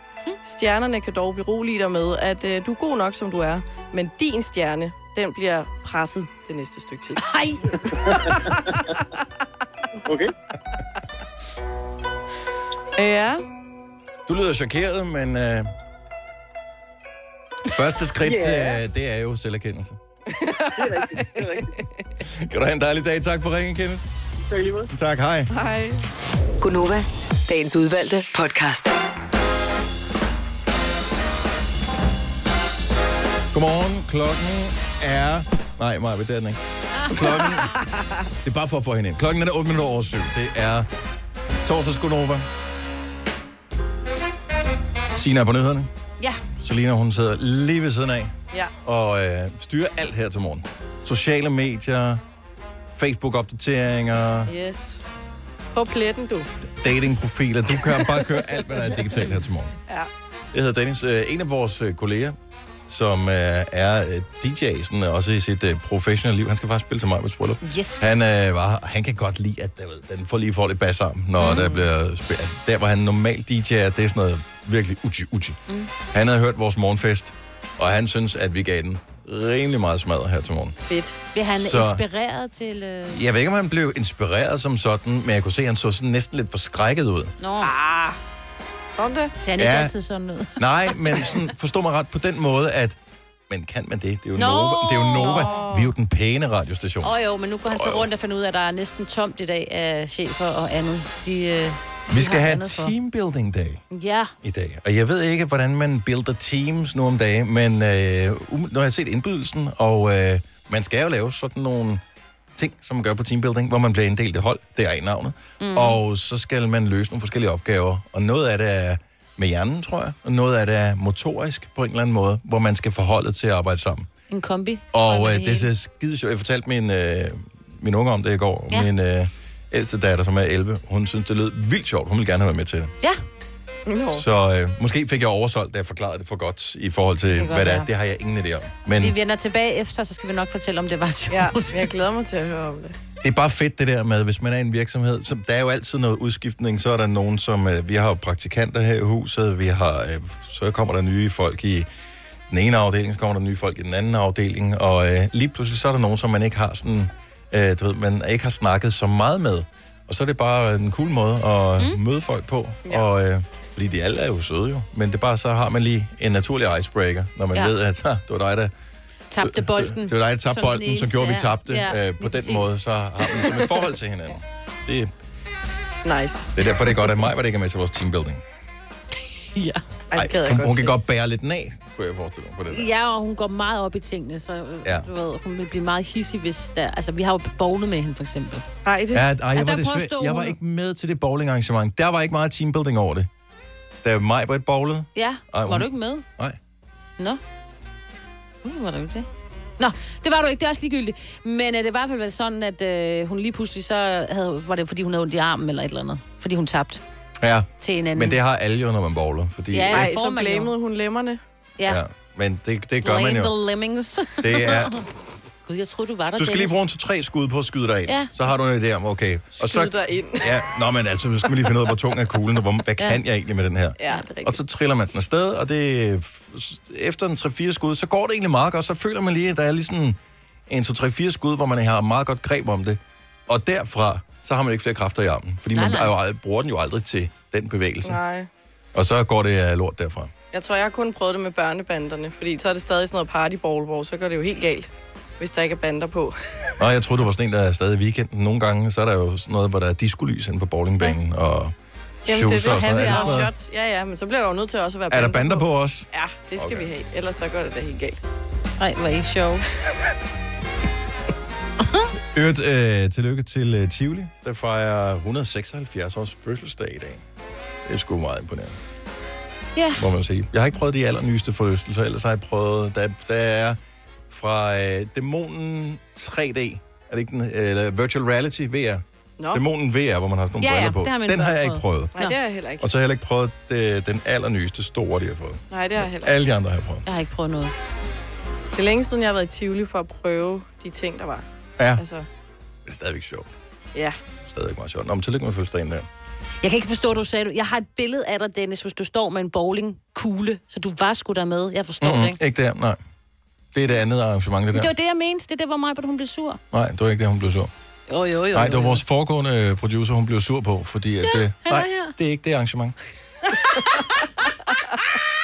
C: Stjernerne kan dog berolige dig med, at øh, du er god nok, som du er, men din stjerne, den bliver presset det næste stykke tid.
B: Nej!
M: okay.
C: Ja.
A: Du lyder chokeret, men øh, første skridt
D: Ja.
A: yeah. øh, det er jo selverkendelse.
D: Det er rigtigt. Det er rigtigt.
A: Kan du have en dejlig dag. Tak for ringen, Kenneth.
M: Tak lige måde.
A: Tak, hej.
C: Hej.
G: Gunova, dagens udvalgte podcast.
A: Godmorgen. Klokken er... Nej, Maja, det er den ikke. Klokken... Det er bare for at få hende ind. Klokken er 8 minutter over 7. Det er torsdags Gunova. Sina er på nyhederne.
B: Ja.
A: Selina, hun sidder lige ved siden af
B: Ja.
A: og øh, styrer alt her til morgen. Sociale medier, Facebook-opdateringer,
C: Yes. På pletten, du.
A: datingprofiler. Du kan bare køre alt, hvad der er digitalt her til morgen.
C: Ja.
A: Jeg hedder Dennis. Øh, En af vores øh, kolleger, som øh, er øh, DJ, sådan, øh, også i sit øh, professionelle liv, han skal faktisk spille til mig med bryllup.
B: Yes.
A: Han, øh, var, han kan godt lide, at der, ved, den får lige for lidt bas sammen, når mm. der bliver spillet. Altså, der, hvor han normalt DJ'er, det er sådan noget virkelig uchi uchi. Mm. Han havde hørt vores morgenfest, og han synes, at vi gav den rimelig meget smadret her til morgen.
B: Fedt. Vil han
A: Så-
B: så... inspireret til... Øh...
A: Jeg ved ikke, om han blev inspireret som sådan, men jeg kunne se, at han så sådan næsten lidt forskrækket ud.
B: Nå. Ah.
C: Sådan det.
B: Så han er ikke
A: Ja.
B: altid sådan ud.
A: Nej, men sådan, forstå mig ret på den måde, at... Men kan man det? Det er jo
B: Nå!
A: Nova. Det er jo Nova. Vi er jo den pæne radiostation.
B: Åh oh, jo, men nu går han så rundt og finder ud af, at der er næsten tomt i dag af chefer og andet. De, øh,
A: Vi
B: de
A: skal
B: har
A: have
B: andet for.
A: teambuilding dag
B: Ja.
A: i dag. Og jeg ved ikke, hvordan man builder teams nu om dagen, men øh, um- når jeg har set indbydelsen, og øh, man skal jo lave sådan nogle ting, som man gør på teambuilding, hvor man bliver inddelt i hold, det er i navnet, mm. og så skal man løse nogle forskellige opgaver, og noget af det er med hjernen, tror jeg, og noget af det er motorisk på en eller anden måde, hvor man skal forholde det til at arbejde sammen.
B: En kombi.
A: Og øh, det er så skide sjovt. Jeg fortalte min, øh, min unge om det i går.
B: Ja.
A: Ja. Min øh, ældste datter, som er 11, hun synes, det lød vildt sjovt. Hun ville gerne have været med til det.
B: Ja.
C: No.
A: Så øh, måske fik jeg oversolgt, da jeg forklarede det for godt i forhold til,
B: kan godt
A: hvad det er.
B: være.
A: Det har jeg ingen idé om. Men
B: Men... Vi vender tilbage efter, så skal vi nok fortælle, om det var sjovt.
C: Ja, jeg glæder mig til at høre om det.
A: det er bare fedt det der med, hvis man er i en virksomhed, så der er jo altid noget udskiftning, så er der nogen, som, øh, vi har jo praktikanter her i huset, vi har, øh, så kommer der nye folk i den ene afdeling, så kommer der nye folk i den anden afdeling, og øh, lige pludselig så er der nogen, som man ikke har sådan, øh, du ved, man ikke har snakket så meget med, og så er det bare en cool måde at mm. møde folk på, ja. og øh, fordi de alle er jo søde jo, men det er bare, så har man lige en naturlig icebreaker, når man
B: Ja.
A: ja. ved, at "Ha, det var dig, der
B: Tabte bolden.
A: det var dig, der tabte
B: Mm. Som den
A: bolden, som
B: eneste,
A: gjorde, at vi
B: ja.
A: tabte.
B: Ja,
A: Ja, øh, på den
B: lige præcis.
A: måde, så har man ligesom et forhold til hinanden. Det,
C: Nice.
A: det er derfor, det er godt, at mig var det ikke er med til vores teambuilding.
B: ja.
A: Ej,
B: gad jeg
A: hun,
B: godt
A: hun kan
B: se.
A: godt bære lidt den af, kunne jeg forestille mig på det der.
B: Ja, og hun går meget op i tingene, så øh,
A: Ja.
B: du ved, hun vil blive meget hissig, hvis der... Altså, vi har jo bowlet med hende, for eksempel.
C: Nej,
A: Ja, ej, jeg, var
B: der
A: desværre,
B: påstod
A: jeg var
B: hun-
A: ikke med til det bowlingarrangement. Der var ikke meget teambuilding over det. Da mig var et bowlet.
B: Ja,
A: Ej,
B: ej, var
A: hun-
B: du ikke med?
A: Nej.
B: Nå. Uh, var du ikke til? Nå, det var du ikke. Det er også ligegyldigt. Men øh, det var i hvert fald sådan, at øh, hun lige pludselig så havde, var det, fordi hun havde ondt i armen eller et eller andet. Fordi hun tabte
A: Ja,
B: til en anden.
A: men det har alle jo, når man bowler. Fordi,
B: Ja,
C: Ej,
B: det får
C: så
B: man jo.
C: blamede hun lemmerne.
B: Ja.
A: ja. Men det, det gør man jo.
B: The lemmings.
A: Det er-
B: <laughs> Gud, jeg troede, du var der,
A: Du skal lige
B: Dennis.
A: bruge en til tre skud på at skyde dig ind.
B: Ja.
A: Så har du en idé om, okay. Og
C: Skyde
A: så,
C: dig ind.
A: ja, nå, men altså, så skal vi lige finde ud af, hvor tung er kuglen, og hvor, hvad
C: Ja.
A: kan jeg egentlig med den her?
C: Ja, det er rigtigt.
A: Og så triller man den afsted, og det, efter en 3-4 skud, så går det egentlig meget godt. Så føler man lige, at der er lige sådan en 2-3-4 skud, hvor man har meget godt greb om det. Og derfra, så har man ikke flere kræfter i armen. Fordi
C: Nej,
A: nej, man
C: nej.
A: nej. Jo, aldrig- bruger den jo aldrig til den bevægelse. Nej.
C: Nej.
A: Og så går det øh, lort derfra.
C: Jeg tror, jeg har kun prøvet det med børnebanderne, fordi så er det stadig sådan noget partyball, hvor så går det jo helt galt, hvis der ikke er bander på.
A: Nå, jeg troede, du var sådan en, der er stadig i weekenden. Nogle gange, så er der jo sådan noget, hvor der er diskolys inde på bowlingbanen, og shows og sådan noget. Er det sådan
C: hour
A: noget?
C: shots. Ja, ja, men så bliver der jo nødt til også at være
A: Er der bander på også?
C: Ja, det skal okay. vi have, ellers så går det da helt galt.
B: Nej, hvor er I sjov.
A: Øvrigt, øh, tillykke til øh, Tivoli, der fejrer 176 års fødselsdag i dag. Det er sgu meget imponerende,
B: Ja.
A: må man sige. Jeg har ikke prøvet de allernyeste forlystelser, ellers har jeg prøvet, der, der er fra øh, Dæmonen 3D, er det ikke den, eller Virtual Reality VR.
C: Nå.
A: Dæmonen VR, hvor man har sådan nogle
C: Ja, ja,
A: briller på.
C: det har min
A: den har
C: far
A: jeg ikke prøvet.
C: Nej, det har jeg heller ikke.
A: Og så har jeg heller ikke prøvet det, den allernyeste store, de har fået.
C: Nej, det har jeg heller ikke.
A: Alle de andre har jeg prøvet.
B: Jeg har ikke prøvet noget.
C: Det er længe siden, jeg har været i Tivoli for at prøve de ting, der var.
A: Ja.
C: Altså,
A: Men Det er stadigvæk sjovt.
C: ja.
A: Stadigvæk meget sjovt. Nå, men tillykke med fødselsdagen der.
B: Jeg kan ikke forstå, at du sagde, du- jeg har et billede af dig, Dennis, hvis du står med en bowlingkugle, så du var sgu der med. Jeg forstår mm-hmm. det
A: Mm-hmm.
B: ikke.
A: Ikke der, nej. Det er det andet arrangement, det
B: Men
A: der.
B: det var det, jeg mente. Det er det, hvor Maja, hun blev sur.
A: Nej, det var ikke det, hun blev sur.
B: Jo, jo, jo.
A: Nej, det
B: jo.
A: var vores foregående producer, hun blev sur på, fordi at,
B: Ja,
A: øh,
B: han er
A: nej,
B: her.
A: det er ikke det arrangement.
B: Ah,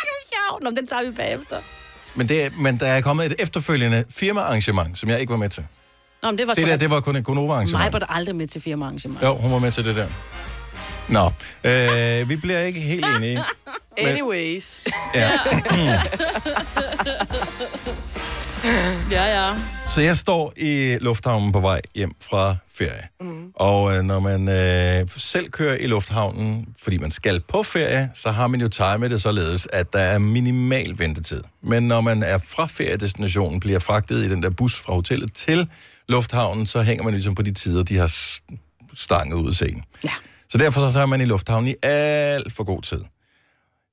B: Sjov. Nå, men den tager vi bagefter.
A: Men, det, er- men der er kommet et efterfølgende firmaarrangement, som jeg ikke var med til.
B: Nå, men det var
A: Det der, det var kun et
B: Maja
A: Gonova-arrangement.
B: var aldrig med til firma arrangement.
A: Jo, hun var med til det der. Nå, øh, vi bliver ikke helt enige. Men-
C: Anyways.
A: Ja.
B: <laughs>
H: <laughs>
A: Mm.
B: ja, ja.
A: Så jeg står i lufthavnen på vej hjem fra ferie. Mm. Og øh, når man øh, selv kører i lufthavnen, fordi man skal på ferie, så har man jo timet det således, at der er minimal ventetid. Men når man er fra feriedestinationen, bliver fragtet i den der bus fra hotellet til lufthavnen, så hænger man ligesom på de tider, de har s- stanget ud i sengen.
B: Ja.
A: Så derfor så er man i lufthavnen i alt for god tid.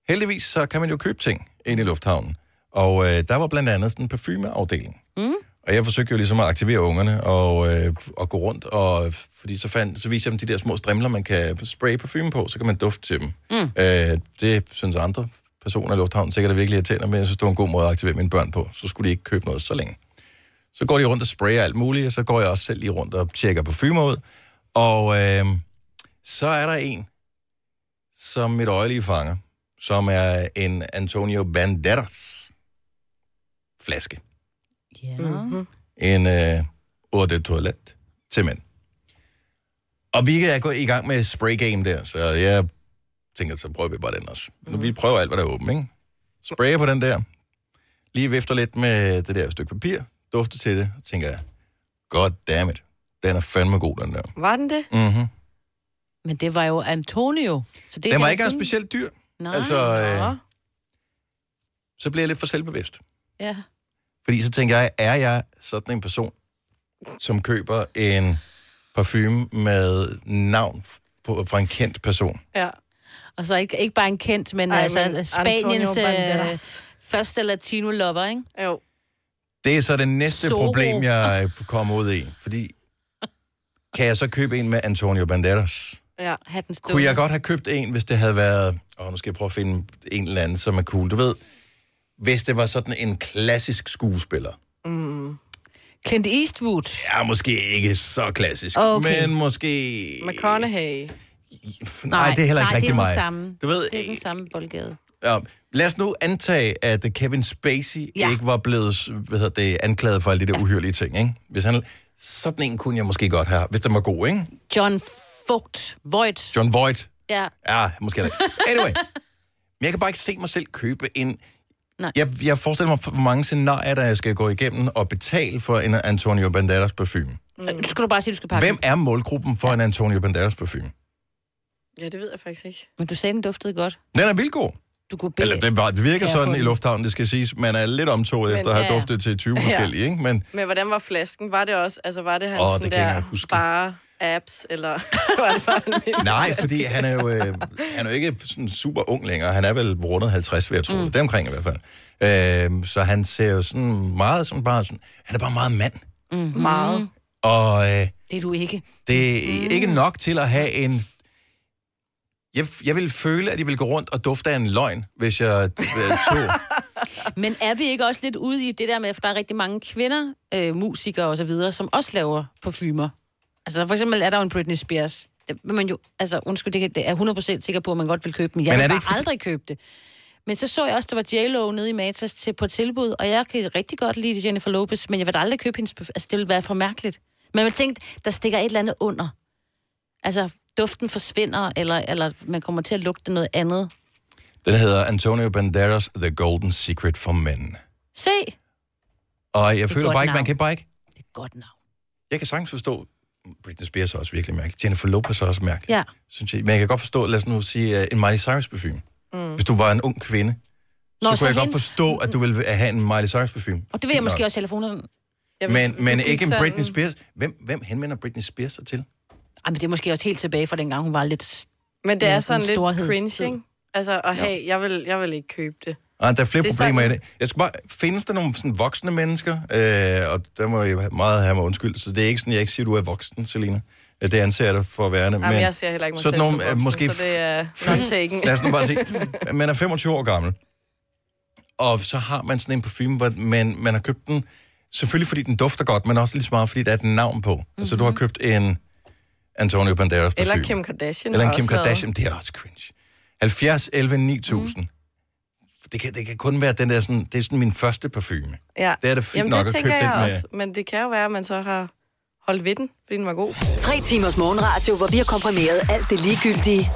A: Heldigvis så kan man jo købe ting ind i lufthavnen. Og øh, der var blandt andet sådan en parfumeafdeling.
D: Mm.
A: Og jeg forsøgte jo ligesom at aktivere ungerne og, øh, og gå rundt, og, fordi så, fandt, så viste jeg dem de der små strimler, man kan spraye parfume på, så kan man dufte til dem.
D: Mm.
A: Øh, det synes andre personer i lufthavnen sikkert er virkelig irriterende, men jeg synes, det var en god måde at aktivere mine børn på. Så skulle de ikke købe noget så længe. Så går de rundt og sprayer alt muligt, og så går jeg også selv lige rundt og tjekker parfumer ud. Og øh, så er der en, som mit øje lige fanger, som er en Antonio Banderas flaske
B: Ja. Mm-hmm.
A: en øh, eau de toilet til mænd. Og vi er gået i gang med spray game der, så jeg tænker, så prøver vi bare den også. Nu,
B: Mm.
A: vi prøver alt, hvad der er åbent, ikke? Sprayer på den der. Lige vifter lidt med det der stykke papir, dufter til det, og tænker jeg, god damn it, den er fandme god, den der.
C: Var den det?
A: Mm-hmm.
B: Men det var jo Antonio. Så det
A: Den var
B: kan
A: ikke
B: kun-
A: specielt dyr.
B: Nej,
A: altså, øh, så bliver jeg lidt for selvbevidst.
B: Ja.
A: Fordi så tænker jeg, er jeg sådan en person, som køber en parfume med navn på, fra en kendt person?
B: Ja. Og så ikke, ikke bare en kendt, men Ej,
C: Ej,
B: altså
C: men
B: men Spaniens
C: Antonio
B: øh,
C: Banderas.
B: første latino-lover, ikke?
C: Jo.
A: Det er så det næste
B: Zorro.
A: Soro. problem, jeg øh, kommer ud i. Fordi kan jeg så købe en med Antonio Banderas?
C: Ja,
B: hatten stod.
A: Kunne jeg godt have købt en, hvis det havde været... Åh, nu skal jeg prøve at finde en eller anden, som er cool. Du ved, hvis det var sådan en klassisk skuespiller.
B: Mm. Clint Eastwood.
A: Ja, måske ikke så klassisk,
B: Okay.
A: men måske...
C: McConaughey.
A: Nej, nej, det er heller ikke
B: nej,
A: rigtig
B: det er
A: mig.
B: den samme.
A: Du ved,
B: det er den samme boldgade.
A: Ja, lad os nu antage, at Kevin Spacey ja. ikke var blevet hvad hedder det, anklaget for alle de der ja. uhyrlige ting. Ikke? Hvis han, sådan en kunne jeg måske godt have, hvis den var god, ikke?
B: John Vogt. Voigt.
A: John Voight.
B: Ja.
A: Ja, måske heller
B: <laughs>
A: ikke. Anyway. Men jeg kan bare ikke se mig selv købe en...
B: Nej.
A: Jeg, jeg forestiller mig, hvor mange scenarier, der jeg skal gå igennem og betale for en Antonio Banderas parfume.
B: Mm. Nu skal du bare sige, at du skal pakke
A: Hvem er målgruppen for en Antonio Banderas parfume?
C: Ja, det ved jeg faktisk ikke.
B: Men du sagde, den duftede
C: <laughs>
B: godt.
A: Den er vildt god.
B: Du kunne bede.
A: Eller det, var, det virker
B: Ja,
A: sådan
B: få
A: i
B: den.
A: lufthavnen, det skal siges. Man er lidt omtoget
C: Men-
A: efter at have
C: ja, ja.
A: duftet til 20
C: Ja.
A: forskellige, ikke? Men
C: Men hvordan var flasken? Var det også, altså var det hans
A: Åh, det
C: sådan
A: kan jeg
C: der
A: ikke huske.
C: bare apps, eller <laughs> var det bare en
A: <laughs>
C: mindre
A: Nej,
C: flaske?
A: fordi han er jo, øh, han er jo ikke sådan super ung længere. Han er vel rundet 50, vil jeg tro. Mm. Det er omkring i hvert fald. Øh, så han ser jo sådan meget sådan bare sådan... Han er bare meget mand.
B: Mm.
C: Meget.
A: Og øh,
B: Det er du ikke.
A: det er mm. ikke nok til at have en... Jeg, jeg vil føle, at jeg vil gå rundt og dufte af en løgn, hvis jeg øh,
B: <laughs>
A: tog...
B: Men er vi ikke også lidt ude i det der med, for der er rigtig mange kvinder, øh, musikere og så videre, som også laver parfumer? Altså for eksempel er der jo en Britney Spears. Det vil man jo, altså undskyld, det, kan- det er jeg 100% sikker på, at man godt vil købe den. Jeg
N: Men er det
B: vil bare
N: ikke fordi-
B: aldrig købe det. Men så så jeg også, der var J-Lo nede i Matas til, på tilbud, og jeg kan rigtig godt lide Jennifer Lopez, men jeg vil da aldrig købe hendes... parfume. Altså, det ville være for mærkeligt. Man vil tænke, der stikker et eller andet under. Altså, duften forsvinder, eller, eller man kommer til at lugte noget andet.
A: Den hedder Antonio Banderas The Golden Secret for Men.
B: Se!
A: Og jeg
B: et
A: føler
B: godt
A: bare ikke, man
B: navn.
A: kan bare ikke... Det er
B: et godt navn.
A: Jeg kan sagtens forstå... Britney Spears er også virkelig mærkelig. Jennifer Lopez er også mærkelig.
B: Ja.
A: synes jeg. Men jeg kan godt forstå, lad os nu sige, øh, en Miley Cyrus parfume. Mm. Hvis du var en ung kvinde, Nå, så kunne
B: så
A: så jeg godt
B: hende-
A: forstå, at du ville have en Miley Cyrus parfume.
B: Og det vil jeg måske også i telefoner sådan.
A: Men, men ikke en Britney Spears. Hvem, hvem henvender Britney Spears sig til?
B: Ej, men det er måske også helt tilbage fra dengang, hun var lidt...
C: Men det er
B: Ja,
C: sådan
B: en
C: lidt
B: storheds-
C: cringe, ikke? Altså, og
B: Jo.
C: hey, jeg vil, jeg vil ikke købe det.
A: Ah, der er flere
C: Det
A: det
C: er
A: problemer sådan... i
C: sådan-
A: det. Jeg skal bare, findes der nogle sådan voksne mennesker? Øh, og der må jeg meget have mig undskyld, så det er ikke sådan, jeg ikke siger, at du er voksen, Selina. Øh, Det anser jeg dig for at være.
C: Jamen, men, jeg ser heller ikke mig selv
A: sådan
C: nogle,
A: nogle,
C: som
A: er
C: voksen,
A: måske
C: så det er
A: fyldt-
C: not taken.
A: Lad os nu bare sige, man er 25 år gammel, og så har man sådan en parfume, hvor man, man har købt den, selvfølgelig fordi den dufter godt, men også lige så meget, fordi der er et navn på. Mm-hmm. Altså, du har købt en Antonio Banderas parfume.
C: <laughs> Mhm. Eller Kim Kardashian.
A: Eller en
C: har
A: Kim
C: også lavet-
A: Kardashian, det er også cringe. 70, 11, 9000. Mm.
C: Mhm.
A: Det, kan, det kan kun være den der sådan, det er sådan min første parfume.
C: Ja.
A: Det er da fint
C: Jamen,
A: nok
C: det
A: at
C: tænker
A: købe
C: jeg
A: den med-
C: også. Men det kan jo være, at man så har holdt ved den, fordi den var god.
G: Tre timers morgenradio, Altså, hvor vi har komprimeret alt det ligegyldige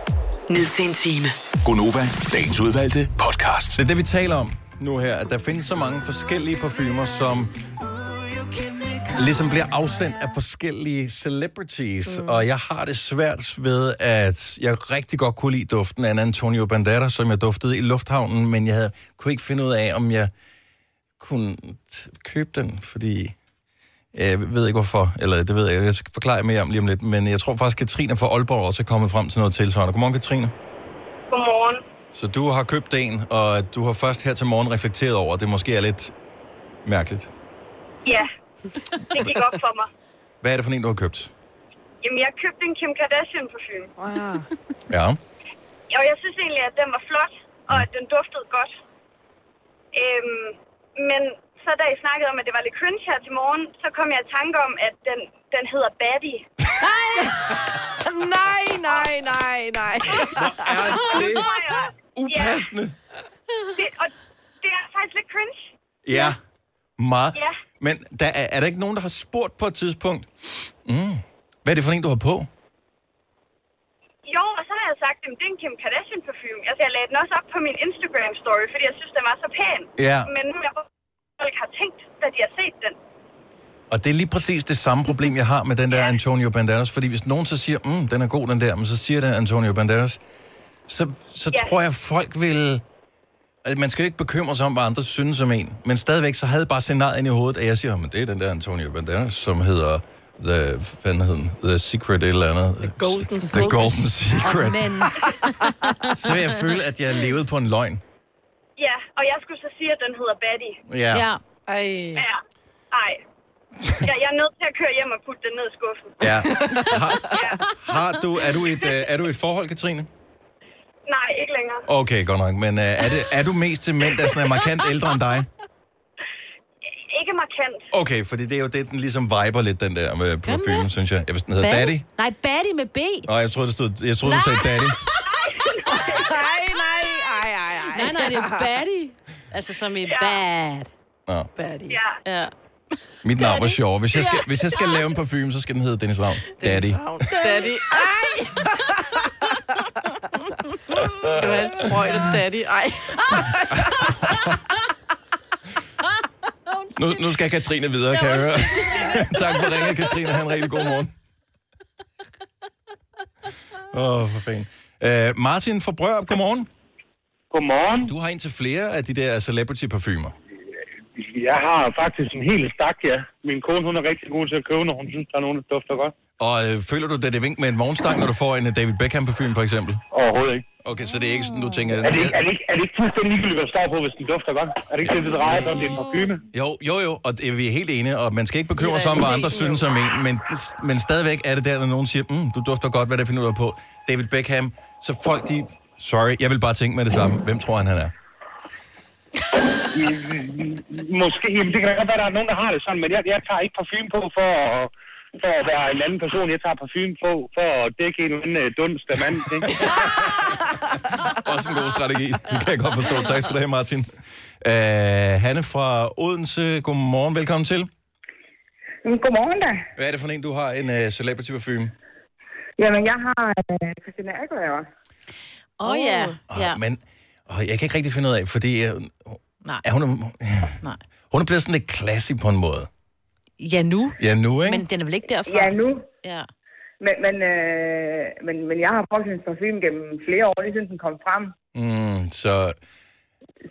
G: ned til en time.
A: Gonova, dagens udvalgte podcast. Det er det, vi taler om nu her, at der findes så mange forskellige parfumer, som ligesom bliver afsendt af forskellige celebrities, mm. og jeg har det svært ved, at jeg rigtig godt kunne lide duften af en Antonio Banderas, som jeg duftede i lufthavnen, men jeg havde, kunne ikke finde ud af, om jeg kunne t- købe den, fordi øh, jeg ved ikke hvorfor, eller det ved jeg, jeg skal forklare mere om lige om lidt, men jeg tror faktisk, Katrine fra Aalborg også er kommet frem til noget tilsvarende. Godmorgen, Katrine.
O: Godmorgen.
A: Så du har købt en, og du har først her til morgen reflekteret over, at det måske er lidt mærkeligt.
O: Ja, det gik op for mig.
A: Hvad er det for en, du har købt?
O: Jamen, jeg købte en Kim Kardashian parfume. Wow.
A: Ja.
O: Og jeg synes egentlig, at den var flot, og at den duftede godt. Øhm, men så da I snakkede om, at det var lidt cringe her til morgen, så kom jeg i tanke om, at den, den hedder Batty. Nej! nej, nej, nej, nej.
A: Hvor er det upassende.
O: Det, og det er faktisk lidt cringe.
A: Ja, meget.
O: Ja.
A: Men der er, er der ikke nogen, der har spurgt på et tidspunkt, mm, hvad er det for en, du har på?
O: Jo, og så har jeg sagt, at det er en Kim Kardashian parfume. Altså, jeg lagde den også op på min Instagram story, fordi jeg synes, den var så pæn.
A: Ja.
O: Men nu er jeg folk har tænkt, da de har set den.
A: Og det er lige præcis det samme problem, jeg har med den der Antonio Banderas. Fordi hvis nogen så siger, mm, den er god, den der, men så siger den Antonio Banderas, så, så
P: Ja.
A: ja. tror jeg, folk vil... Altså, man skal jo ikke bekymre sig om, hvad andre synes om en. Men stadigvæk, så havde jeg bare scenariet ind i hovedet, at jeg siger, men det er den der Antonio Banderas, som hedder... The, hvad hed den? The Secret et eller andet. The
B: Golden
A: The Golden Secret.
B: Men,
A: <laughs> Så vil jeg føle, at jeg levede på en løgn.
P: Ja, og jeg skulle så sige, at den hedder Batty.
A: Ja.
B: Ja.
C: Ej.
P: Ja. Ej. Jeg, jeg er nødt til at køre hjem og putte den ned i skuffen.
A: Ja. Har, har du, er, du et, øh, er du i et forhold, Katrine?
P: Nej, ikke længere.
A: Okay, godt nok. Men øh, er, det, er du mest til mænd, der sådan er markant ældre end dig?
P: Ikke markant.
A: Okay, fordi det er jo det, den ligesom viber lidt, den der med parfume, synes jeg. Jeg vidste, den hedder Daddy.
B: Nej, Batty med B.
A: Nå, jeg troede, det stod, jeg troede du sagde Daddy.
B: nej, nej, ej, ej, ej. Nej, nej, det er Batty. Altså som i ja. bad.
A: Nå.
B: Batty.
P: Ja.
B: ja.
A: Mit navn var sjovt. Hvis jeg skal,
B: Ja.
A: hvis jeg skal lave en parfume, så skal den hedde Dennis Ravn. Daddy.
C: Daddy. <laughs> Ej! Skal du have et sprøjt af daddy?
A: <laughs>
C: Ej.
A: Nu, nu skal Katrine videre, kan jeg høre. <laughs> tak for ringen, Katrine. Ha' en rigtig god morgen. Åh, oh, for fanden. Uh, Martin fra Brørup, godmorgen.
I: Godmorgen.
A: Du har en til flere af de der celebrity-parfumer.
I: Jeg har faktisk en hel stak, ja. Min kone, hun er rigtig god til at købe, når hun synes, der er nogen, der dufter godt.
A: Og øh, føler du, at det er vink med en vognstang, når du får en øh, David Beckham-parfume, for eksempel?
I: Overhovedet ikke.
A: Okay, så det er ikke sådan, du tænker...
I: Er det, ikke- er, det ikke, er det ikke fuldstændig ligegyldigt, hvad der står på, hvis den dufter godt? Er det ikke det, det drejer sig om? Det er en parfume.
A: Jo, jo, jo, og det, vi er helt enige, og man skal ikke bekymre sig om, hvad andre synes om en, men, men stadigvæk er det der, når nogen siger, mm, du dufter godt, hvad er det finder du på? David Beckham, så folk de... Sorry, jeg vil bare tænke med det samme. Hvem tror han, han er?
I: Måske, jamen det kan godt være, der er nogen, der har det sådan, men jeg, jeg tager ikke parfume på for at, for at være en anden person. Jeg tager parfume på for at dække en eller anden øh, dunst af mand. Ikke?
A: Også en <laughs> god strategi. Det kan jeg godt forstå. Tak skal du have, Martin. Uh, Hanne fra Odense, godmorgen, velkommen til.
M: Mm, Godmorgen da.
A: Hvad er det for en, du har en uh, celebrity parfume?
M: Jamen, jeg har øh, Christina Aguilera.
B: Åh oh, ja. ja.
A: Men åh, jeg kan ikke rigtig finde ud af, fordi uh,
B: Nej.
A: er hun, Nej. <laughs> hun er blevet sådan lidt classy på en måde.
B: Ja, nu.
A: Ja, nu, ikke?
B: Men den er vel ikke derfra?
M: Ja, nu.
B: Ja.
M: Men, men, øh, men, men jeg har brugt hendes parfume gennem flere år, lige siden den kom frem.
A: Mm, så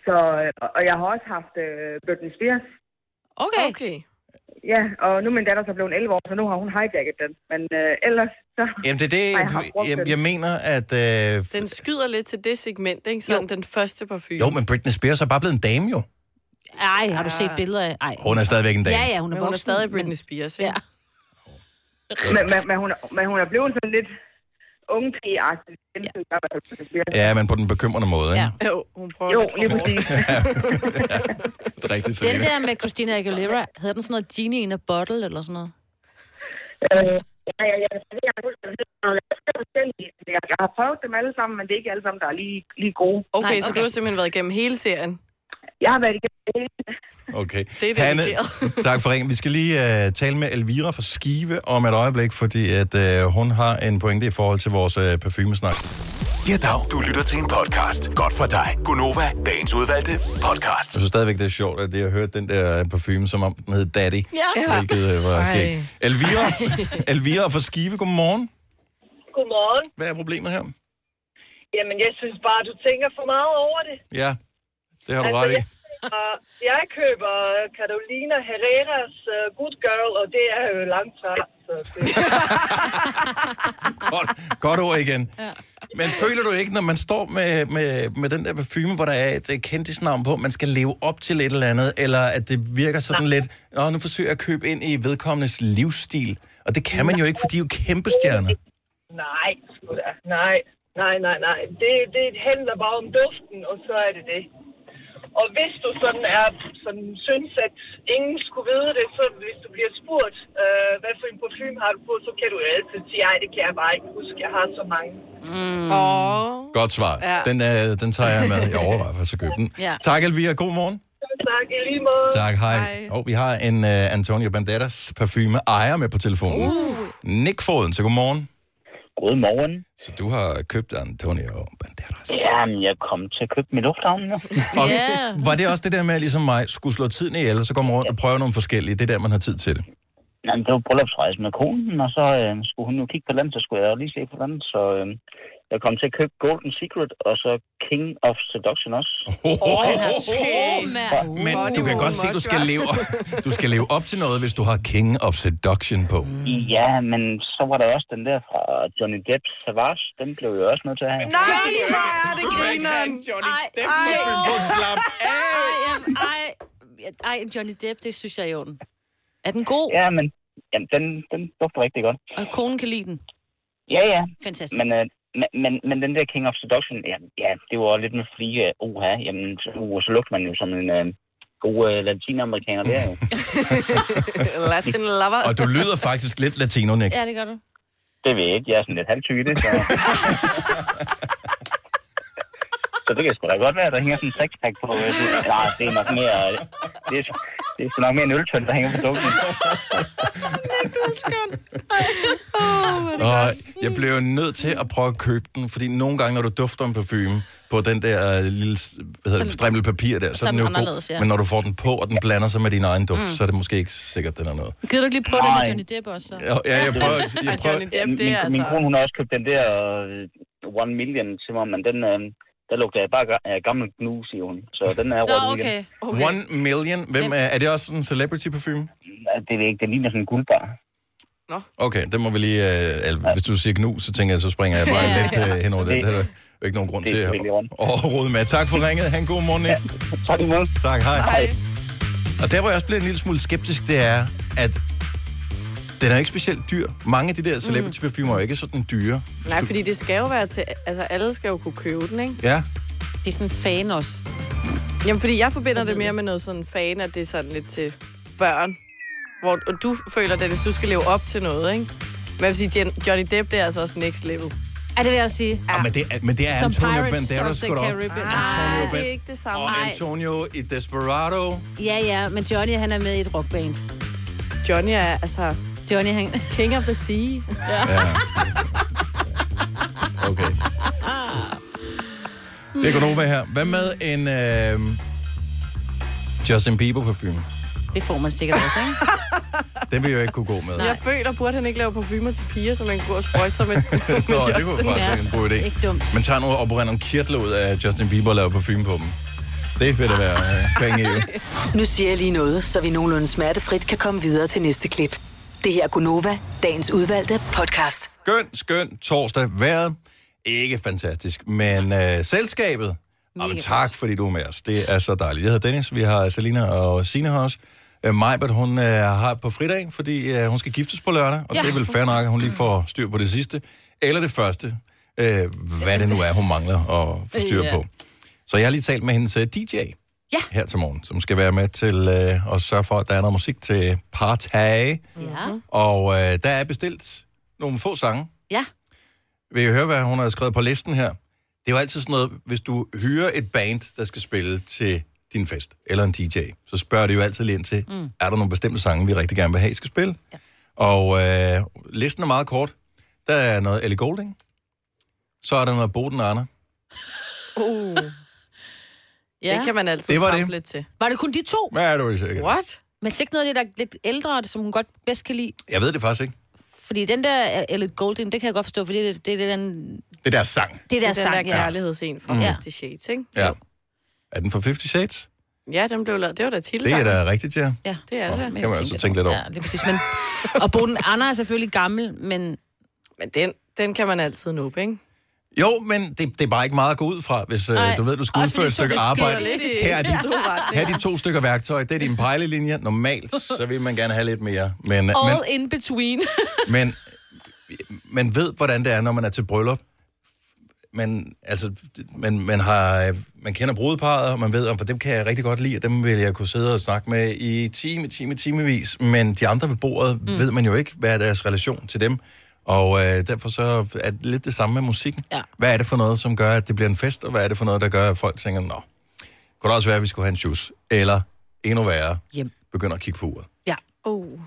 M: Så, øh, og- og jeg har også haft øh, Britney Spears.
B: Okay.
C: okay.
M: Ja, og nu er min datter så blevet 11 år, så nu har hun hijacket den. Men øh, ellers så...
A: Jamen, det er det,
M: Ej, jeg har brugt
A: jeg,
M: den.
A: jeg, jeg mener, at... Øh,
C: Den skyder lidt til det segment, ikke? Sådan den første parfume.
A: jo, men Britney Spears er bare blevet en dame, jo.
B: Ej, har du set billeder af? Ej.
A: Hun er stadigvæk en dame.
B: Ja, ja, hun er,
C: Men Ah. hun er
B: voksen,
C: stadig
B: men-
C: Britney Spears, ikke? Ja.
M: Men, men, men, hun, er, men hun er blevet sådan lidt unge agtig
A: Ja, men på den bekymrende måde, ikke?
C: Jo, hun prøver
M: jo,
C: lidt for
M: lige
C: hårdt.
A: <laughs>
M: præcis.
A: Det er rigtigt,
B: Den
A: Selina.
B: der med Christina Aguilera, hedder den sådan noget Genie in a Bottle eller sådan noget?
M: Øh, ja, ja, ja, så det er jeg fuldstændig forskellige. Jeg, jeg har prøvet dem alle sammen, men det er ikke alle sammen, der er lige, lige gode.
C: Okay, så du har simpelthen været igennem hele serien?
M: Jeg har været igennem hele
A: Okay.
C: Det er dedikeret.
A: <laughs> tak for ringen. Vi skal lige uh, tale med Elvira fra Skive om et øjeblik, fordi at uh, hun har en pointe i forhold til vores uh, parfumesnak.
F: Ja, dag. Du lytter til en podcast. Godt for dig. Gunova, dagens udvalgte podcast.
A: Jeg synes stadigvæk, det er sjovt, at jeg hørte den der øh, parfume, som om den hed Daddy.
F: Ja.
A: Hvilket uh, var
F: Ej.
A: skægt. Elvira, <laughs> Elvira fra Skive, godmorgen.
H: Godmorgen.
A: Hvad er problemet her?
H: Jamen, jeg synes bare, du tænker for meget over det.
A: Ja, det har du
M: Altså,
A: ret i.
H: jeg, og jeg køber Carolina Herreras uh, Good Girl, og det er jo langt fra. Så det,
A: godt, godt ord igen. Ja. Men føler du ikke, når man står med, med, med den der parfume, hvor der er et øh, kendtisnavn på, man skal leve op til et eller andet, eller at det virker sådan lidt, Nå, nu forsøger jeg at købe ind i vedkommendes livsstil. Og det kan man jo ikke, for de er jo kæmpe stjerner.
H: <laughs> nej, sgu da. Nej, nej, nej, nej. Det, det handler bare om duften, og så er det det. Og hvis du sådan er, sådan synes, at ingen skulle vide det, så hvis du bliver spurgt, øh, hvad for en parfume har du på, så kan du jo altid sige, ej, det kan jeg bare ikke huske, jeg har så mange.
A: Mm.
C: Oh.
A: Godt svar.
H: Ja.
A: Den, øh, den tager jeg med. Jeg overvejer faktisk at købe den.
H: Ja.
A: Tak, Elvira. God morgen.
H: Tak, i lige måde.
A: Tak, hej. Og vi har en uh, Antonio Banderas parfume ejer med på telefonen. Uh. Nick Foden, så godmorgen.
Q: Godmorgen.
A: Så du har købt Antonio
Q: Jamen, jeg kom til at købe min lufthavn nu.
A: Og var det også det der med, at ligesom mig skulle slå tiden ihjel, så går man rundt og prøver nogle forskellige. Det er der, man har tid til det.
Q: øhm, Jamen, det var bryllupsrejsen med konen, og så øh, skulle hun jo kigge på land, så skulle jeg jo lige se på land. Så øh, Jeg kom til at købe Golden Secret, og så King of Seduction også.
A: Åh, oh,
D: han er tyk, mand.
A: Men du kan godt se, at du skal <laughs> leve, du skal leve op til noget, hvis du har King of Seduction på.
Q: Ja, men så var der også den der fra Johnny Depp Savage. Den blev jeg også nødt til at have.
D: Johnny, hvor er det grineren?
A: Johnny
B: Depp
D: må
B: finde
D: på slap
B: Ej, jamen, ej, ej, Johnny Depp, det synes jeg er i orden. Er den god?
Q: Ja, men jamen, den, den dufter rigtig godt.
B: Og konen kan lide den?
Q: Ja, ja.
B: Fantastisk.
Q: Men, øh, men, men, men den der King of Seduction, ja, ja det var lidt med flige. Uh, oha, jamen, så, uh, så lugter man jo som en øh, god øh, latinamerikaner der
B: <laughs>
Q: jo.
C: Latin lover.
A: Og du lyder faktisk lidt latino, Nick.
B: Ja, det gør du.
Q: Det ved jeg ikke. Jeg er sådan lidt halvtyk i det,
B: <laughs>
Q: så... så det kan sgu da godt være, at der hænger sådan en sexpack på. øh, sådan- Nej, det er nok mere... øh, Det er, det er sgu nok mere en øltønd, der hænger på dukken.
A: Og jeg blev jo nødt til at prøve at købe den, fordi nogle gange, når du dufter en parfume på den der øh, lille s- hvad hedder det, strimmel papir der, så,
B: så
A: er
B: er
A: den jo
B: den
A: god.
B: anderledes, ja.
A: Men når du får den på, og den blander sig med din egen duft,
B: Mm.
A: så er det måske ikke sikkert, den er noget.
B: Gider du ikke lige prøve den med
Q: Nej.
B: Johnny Depp også? så?
A: Ja, ja, jeg prøver- jeg
B: Ej,
A: prøver-
B: Johnny Depp, det
Q: min,
B: er
Q: min
B: altså...
Q: kone, hun har også købt den der øh, One Million til mig, men den, øh, der lugter jeg bare ga- af gammel gnus i hun. Så den er røget ud igen.
A: One million. Hvem er, er det også sådan en celebrity parfume?
Q: Det er ikke. Det ligner sådan en guldbar.
A: Okay, det må vi lige... Øh, eller, hvis du siger gnu, så tænker jeg, så springer jeg bare lidt øh, hen over den. Det er der jo ikke nogen grund til at at rode med. Tak for ringet. Han god morgen, Nick.
Q: tak i morgen.
A: Tak, hej. hej. Og der, hvor jeg også bliver en lille smule skeptisk, det er, at den er ikke specielt dyr. Mange af de
B: Mm.
A: der celebrity parfumer er jo ikke sådan dyre.
C: Nej, fordi det skal jo være til... Altså, alle skal jo kunne købe den, ikke?
A: Ja,
B: Det er sådan en fan også.
C: Jamen, fordi jeg forbinder det mere med noget sådan fan, at det er sådan lidt til børn. Hvor, og du føler det, hvis du skal leve op til noget, ikke? Men jeg vil sige, Jen- Johnny Depp, det er altså også next level.
B: Ja, det vil jeg sige.
A: ja. Ah, men, det er, men det er
B: Som
A: Antonio
B: Pirates
A: Banderas
B: of the
A: sgu da. Ah,
B: Caribbean.
A: Antonio
B: Nej, det er
A: Ban-
B: ikke det samme.
A: Og
B: Nej.
A: Antonio i Desperado.
B: Ja, ja, men Johnny, han er med i et rockband.
C: Johnny er, altså...
B: Johnny, han...
C: King of the Sea.
B: Ja.
A: Ja. Okay. Det er Gunova her. Hvad med en øh, Justin Bieber parfume?
B: Det får man sikkert også, ikke?
A: Den vil jeg jo ikke kunne gå med.
C: <laughs> Jeg føler, burde han ikke lave parfumer til piger, som man kunne sprøjte sig <laughs>
A: <laughs>
C: med,
A: Nå,
C: med
A: det kunne
C: Justin?
A: faktisk være en god idé.
C: Ikke dumt.
A: Man tager nu og opererer nogle kirtler ud af Justin Bieber og laver parfume på dem. Det vil da være øh, penge i.
G: Nu siger jeg lige noget, så vi nogenlunde smertefrit kan komme videre til næste klip. Det her er Gunova, dagens udvalgte podcast.
A: Skøn, skøn torsdag. Været ikke fantastisk, men øh, selskabet. Jamen, tak, fordi du er med os. Det er så dejligt. Jeg hedder Dennis, vi har Selina og Sine her også. Øh, Majbert, hun øh, har på fridag, fordi øh, hun skal giftes på lørdag, og
R: Ja.
A: ja. det er vel fair nok, at hun lige får styr på det sidste, eller det første, øh, hvad det nu er, hun mangler at få styr
R: Ja.
A: på. Så jeg har lige talt med hendes øh, DJ
B: ja.
A: her til morgen, som skal være med til øh, at sørge for, at der er noget musik til partage.
B: Ja.
A: Og øh, der er bestilt nogle få sange.
B: Ja.
A: Vil I høre, hvad hun har skrevet på listen her? Det er jo altid sådan noget, hvis du hyrer et band, der skal spille til din fest, eller en DJ, så spørger det jo altid lige ind til, mm. er der nogle bestemte sange, vi rigtig gerne vil have, I skal spille? Ja. Og øh, listen er meget kort. Der er noget Ellie Goulding, så er der noget Boden Arner.
C: Uh.
B: ja.
C: Det kan man altid
A: Det var
C: trampe
A: det.
C: lidt til.
B: Var det kun de to?
A: Hvad er du sikker?
C: What?
B: Men slet ikke noget af det, der er lidt ældre, som hun godt bedst kan lide.
A: Jeg ved det faktisk ikke.
B: Fordi den der eh, Elliot Golding, det kan jeg godt forstå, fordi det, det, det er den...
A: Det er deres sang.
B: Det er
C: Det
B: der
C: er den der
B: sang, ja.
C: kærlighedsscene fra
B: Mm.
A: Mhm.
C: ja. Fifty Shades, ikke?
A: Ja. Er den fra Fifty Shades?
C: Ja, den blev lavet. Det var da
A: Det
C: titelsangen.
A: er da rigtigt, ja.
B: Ja,
C: det er
A: Nå,
C: det. da.
A: kan man altså tænke lidt over.
B: Ja, lige præcis. Men, og Boden Anna er selvfølgelig gammel, men...
C: Men den, den kan man altid nå, ikke?
A: Jo, men det, det er bare ikke meget at gå ud fra, hvis øh,
C: Nej.
A: du ved, at du skal
C: Også
A: udføre
C: fordi
A: et
C: så
A: stykke
C: det skyder
A: arbejde.
C: lidt i-
A: Her er, de,
C: i to retninger.
A: her er de to stykker værktøj. Det er din pejlelinje. Normalt, så vil man gerne have lidt mere. Men,
B: All
A: men,
B: in between.
A: men man ved, hvordan det er, når man er til bryllup. Man, altså, man, man, har, øh, man kender brudeparret, og man ved, at dem kan jeg rigtig godt lide, og dem vil jeg kunne sidde og snakke med i time, time, timevis. Men de andre ved bordet mm. ved man jo ikke, hvad er deres relation til dem. Og øh, derfor så er det lidt det samme med musikken.
B: Ja.
A: Hvad er det for noget, som gør, at det bliver en fest, og hvad er det for noget, der gør, at folk tænker, nå, kunne det også være, at vi skulle have en shoes? Eller endnu værre,
B: Hjem.
A: begynder at kigge på uret.
B: Ja.
C: Uh.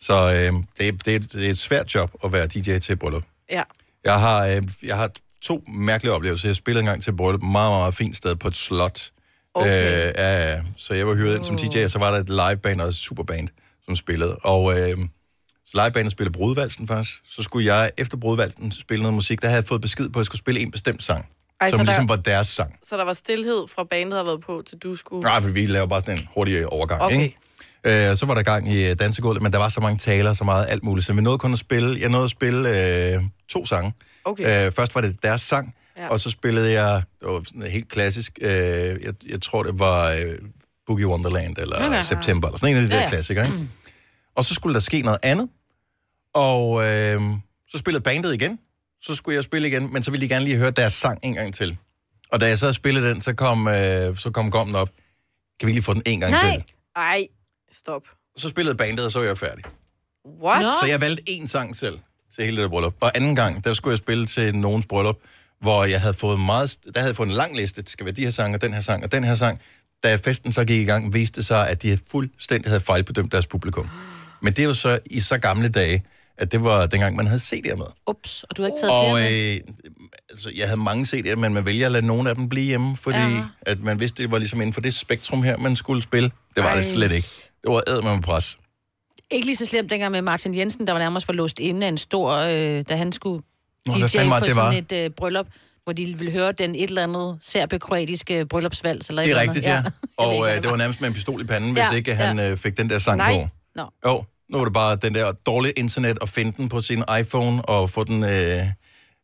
A: Så øh, det, er, det, er et, det er et svært job at være DJ til et bryllup.
C: Ja.
A: Jeg har, øh, jeg har to mærkelige oplevelser. Jeg spillede engang til et bryllup, meget, meget fint sted på et slot. Okay. Øh, ja, ja. så jeg var hyret ind som DJ, og så var der et liveband og et superband, som spillede. Og øh, legebanen spille brudvalsen faktisk, så skulle jeg efter brudvalsen spille noget musik. Der havde jeg fået besked på, at jeg skulle spille en bestemt sang,
C: Ej,
A: Ej,
C: så
A: som
C: der-
A: ligesom var deres sang.
C: Så der var stillhed fra bandet, der havde været på, til du skulle...
A: Nej, Ah, for vi laver bare sådan en hurtig overgang,
C: Okay.
A: okay. ikke? Øh, så var der gang i øh, dansegulvet, men der var så mange taler, så meget alt muligt, så vi nåede kun at spille, jeg nåede at spille øh, to sange.
R: Okay.
A: Øh, først var det deres sang,
R: Ja.
A: ja. og så spillede jeg, det var sådan helt klassisk, øh, jeg, jeg tror det var øh, Boogie Wonderland, eller
R: Ja, ja.
A: ja. September, eller sådan en af de der
R: Ja, ja. Mm.
A: ja, ja. klassikere, ikke? Og så skulle der ske noget andet, og øh, så spillede bandet igen, så skulle jeg spille igen, men så ville de gerne lige høre deres sang en gang til. Og da jeg så havde spillet den, så kom, øh, så kom gommen op. Kan vi ikke lige få den en gang til?
C: Ej, stop.
A: Så spillede bandet, og så var jeg færdig.
C: What?
A: Så jeg valgte én sang selv til hele det der bryllup. Og anden gang, der skulle jeg spille til nogens bryllup, hvor jeg havde fået meget, der havde jeg fået en lang liste. Det skal være de her sange, og den her sang, og den her sang. Da festen så gik i gang, viste det sig, at de fuldstændig havde fejlbedømt deres publikum. Men det er jo så i så gamle dage, at det var dengang, man havde CD'er med.
B: <laughs> Ups, og du har ikke taget
A: Og
B: flere med.
A: øh, altså, jeg havde mange CD'er, men man vælger at lade nogle af dem blive hjemme, fordi
B: Ja.
A: ja. at man vidste, det var ligesom inden for det spektrum her, man skulle spille. Det var Ej. det
B: Ej.
A: slet ikke. Det var æd med pres.
B: Ikke lige så slemt dengang med Martin Jensen, der var nærmest var låst inde af en stor, øh, da han skulle
A: Nå,
B: DJ
A: hvad fanden var
B: for
A: det, det
B: sådan et øh, bryllup, hvor de ville høre den et eller andet serbekroatiske bryllupsvals. Eller et
A: Det er
B: eller
A: rigtigt, ja.
B: <laughs> andet.
A: Og øh, det var nærmest med en pistol i panden, hvis
B: Ja,
A: ikke han
B: ja.
A: øh, fik den der sang
B: Nej.
A: på.
B: Nå.
A: Jo, nu var det bare den der dårlige internet at finde den på sin iPhone og få den... Øh,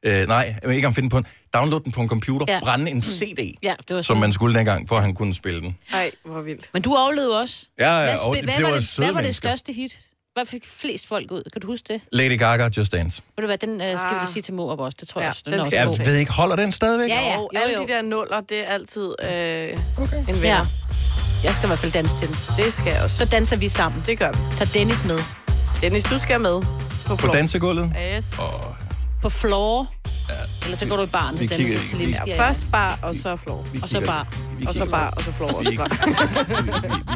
A: øh, nej, ikke at finde den på en... Download den på en computer,
B: Ja. Mm.
A: ja. brænde en CD,
B: Ja, det
A: som
B: var sådan.
A: man skulle dengang, for at han kunne spille den.
C: Ej, hvor vildt.
B: Men du overlevede også.
A: Ja, ja,
B: hvad,
A: og
B: spil-
A: det-
B: hvad,
A: det
B: var
A: var
B: det,
A: søde
B: hvad var det
A: mennesker.
B: største hit? Hvad fik flest folk ud? Kan du huske det?
A: Lady Gaga, Just Dance.
B: Ved du hvad, den øh, skal
C: Ah.
B: vi lige sige til mor også. Det tror jeg også. Den, er også
A: Jeg
B: god.
A: ved ikke, holder den stadigvæk?
B: Ja, ja.
C: Og alle de der nuller, det er altid øh, okay. en vinder.
B: Ja. Jeg skal i hvert fald danse til den.
C: Det skal jeg også.
B: Så danser vi sammen.
C: Det gør vi.
B: Tag Dennis med.
C: Dennis, du skal med. På,
A: På dansegulvet?
C: Yes. Oh,
B: På floor. Ja. Eller så går du i barn.
A: vi
B: Dennis
A: kigger-
B: og Celine.
A: vi-
B: Ja,
C: Først bar, og så floor.
B: Og så bare.
C: Og så bar, og så floor. Og så bar.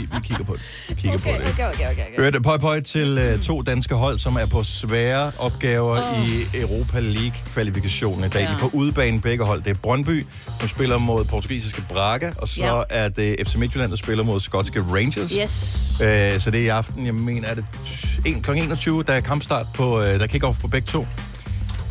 A: Vi kigger på det. Vi kigger okay. på det.
C: Okay, okay, okay.
A: Hørte pøj pøj til øh, to danske hold, som er på svære opgaver oh. i Europa League-kvalifikationen i dag. Ja. De er på udebane begge hold. Det er Brøndby, som spiller mod portugisiske Braga, og så
B: Ja.
A: ja. er det FC Midtjylland, der spiller mod skotske Rangers.
B: Yes.
A: Øh, så det er i aften, jeg mener, er det 1, kl. 21, der er kampstart på, øh, der er kick-off på begge to.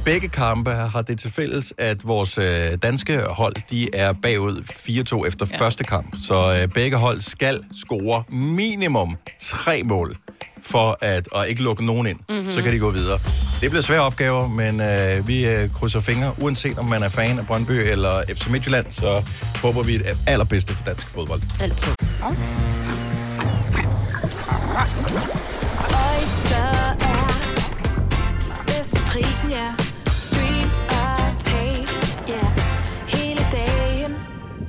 A: Begge kampe har det til fælles, at vores øh, danske hold, de er bagud 4-2 efter ja. første kamp. Så øh, begge hold skal score minimum tre mål for at og ikke lukke nogen ind.
R: Mhm.
A: Mm-hmm. Så kan de gå videre. Det bliver svære opgaver, men øh, vi øh, krydser fingre, uanset om man er fan af Brøndby eller FC Midtjylland, så håber vi det allerbedste for dansk fodbold.
B: Altid.
D: Oyster er bedst til prisen, ja. Stream og tag, ja. Hele dagen.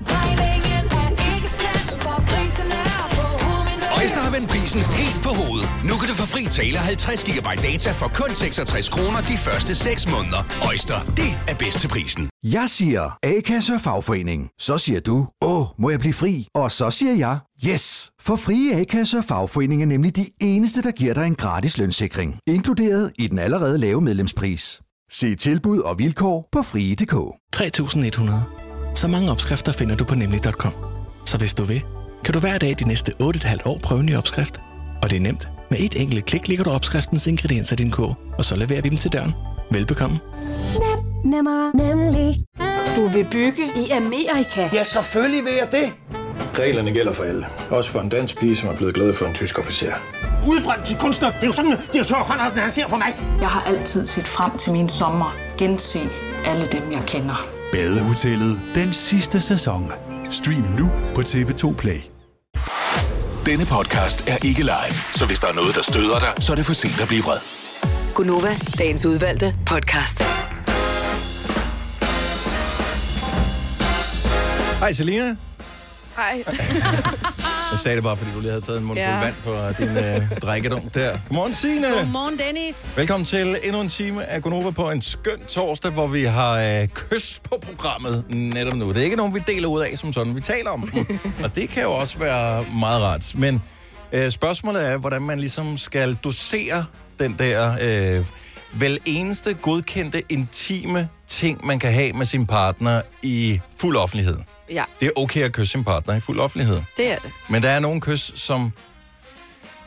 D: Regningen er ikke slem, for prisen er på hovedet.
S: Øjster har vendt prisen helt på hovedet. Nu kan du få fri tale 50 GB data for kun 66 kroner de første 6 måneder. Øjster, det er bedst til prisen.
T: Jeg siger A-kasse og fagforening. Så siger du, åh, må jeg blive fri? Og så siger jeg, yes! For frie A-kasse og fagforening er nemlig de eneste, der giver dig en gratis lønssikring. Inkluderet i den allerede lave medlemspris. Se tilbud og vilkår på frie.dk.
U: 3100. Så mange opskrifter finder du på nemlig.com. Så hvis du vil, kan du hver dag de næste 8,5 år prøve en ny opskrift. Og det er nemt. Med et enkelt klik ligger du opskriftens ingredienser i din kog, og så leverer vi dem til døren. Velbekomme.
V: Nem, nemmer, nemlig. Du vil bygge i Amerika? Ja, selvfølgelig vil jeg det.
W: Reglerne gælder for alle. Også for en dansk pige, som er blevet glad for en tysk officer.
V: Udbrændt til kunstner. Det er jo sådan, at de har Conradsen, han ser på mig. Jeg har altid set frem til min sommer. Gense alle dem, jeg kender.
X: Badehotellet den sidste sæson. Stream nu på TV2 Play.
F: Denne podcast er ikke live, så hvis der er noget, der støder dig, så er det for sent at blive vred.
G: Gunova, dagens udvalgte podcast.
A: Hej Selina.
C: Hej.
A: Jeg sagde det bare, fordi du lige havde taget en mundfuld
B: Ja.
A: ja. vand fra din øh, drikkedunk der. Godmorgen, Signe.
B: Godmorgen, Dennis.
A: Velkommen til endnu en time af Gonova på en skøn torsdag, hvor vi har øh, kys på programmet netop nu. Det er ikke nogen, vi deler ud af som sådan, vi taler om dem. Og det kan jo også være meget rart. Men øh, spørgsmålet er, hvordan man ligesom skal dosere den der øh, vel eneste godkendte intime ting, man kan have med sin partner i fuld offentlighed.
C: Ja,
A: Det er okay at kysse sin partner i fuld offentlighed.
C: det er det.
A: Men der er nogle kys, som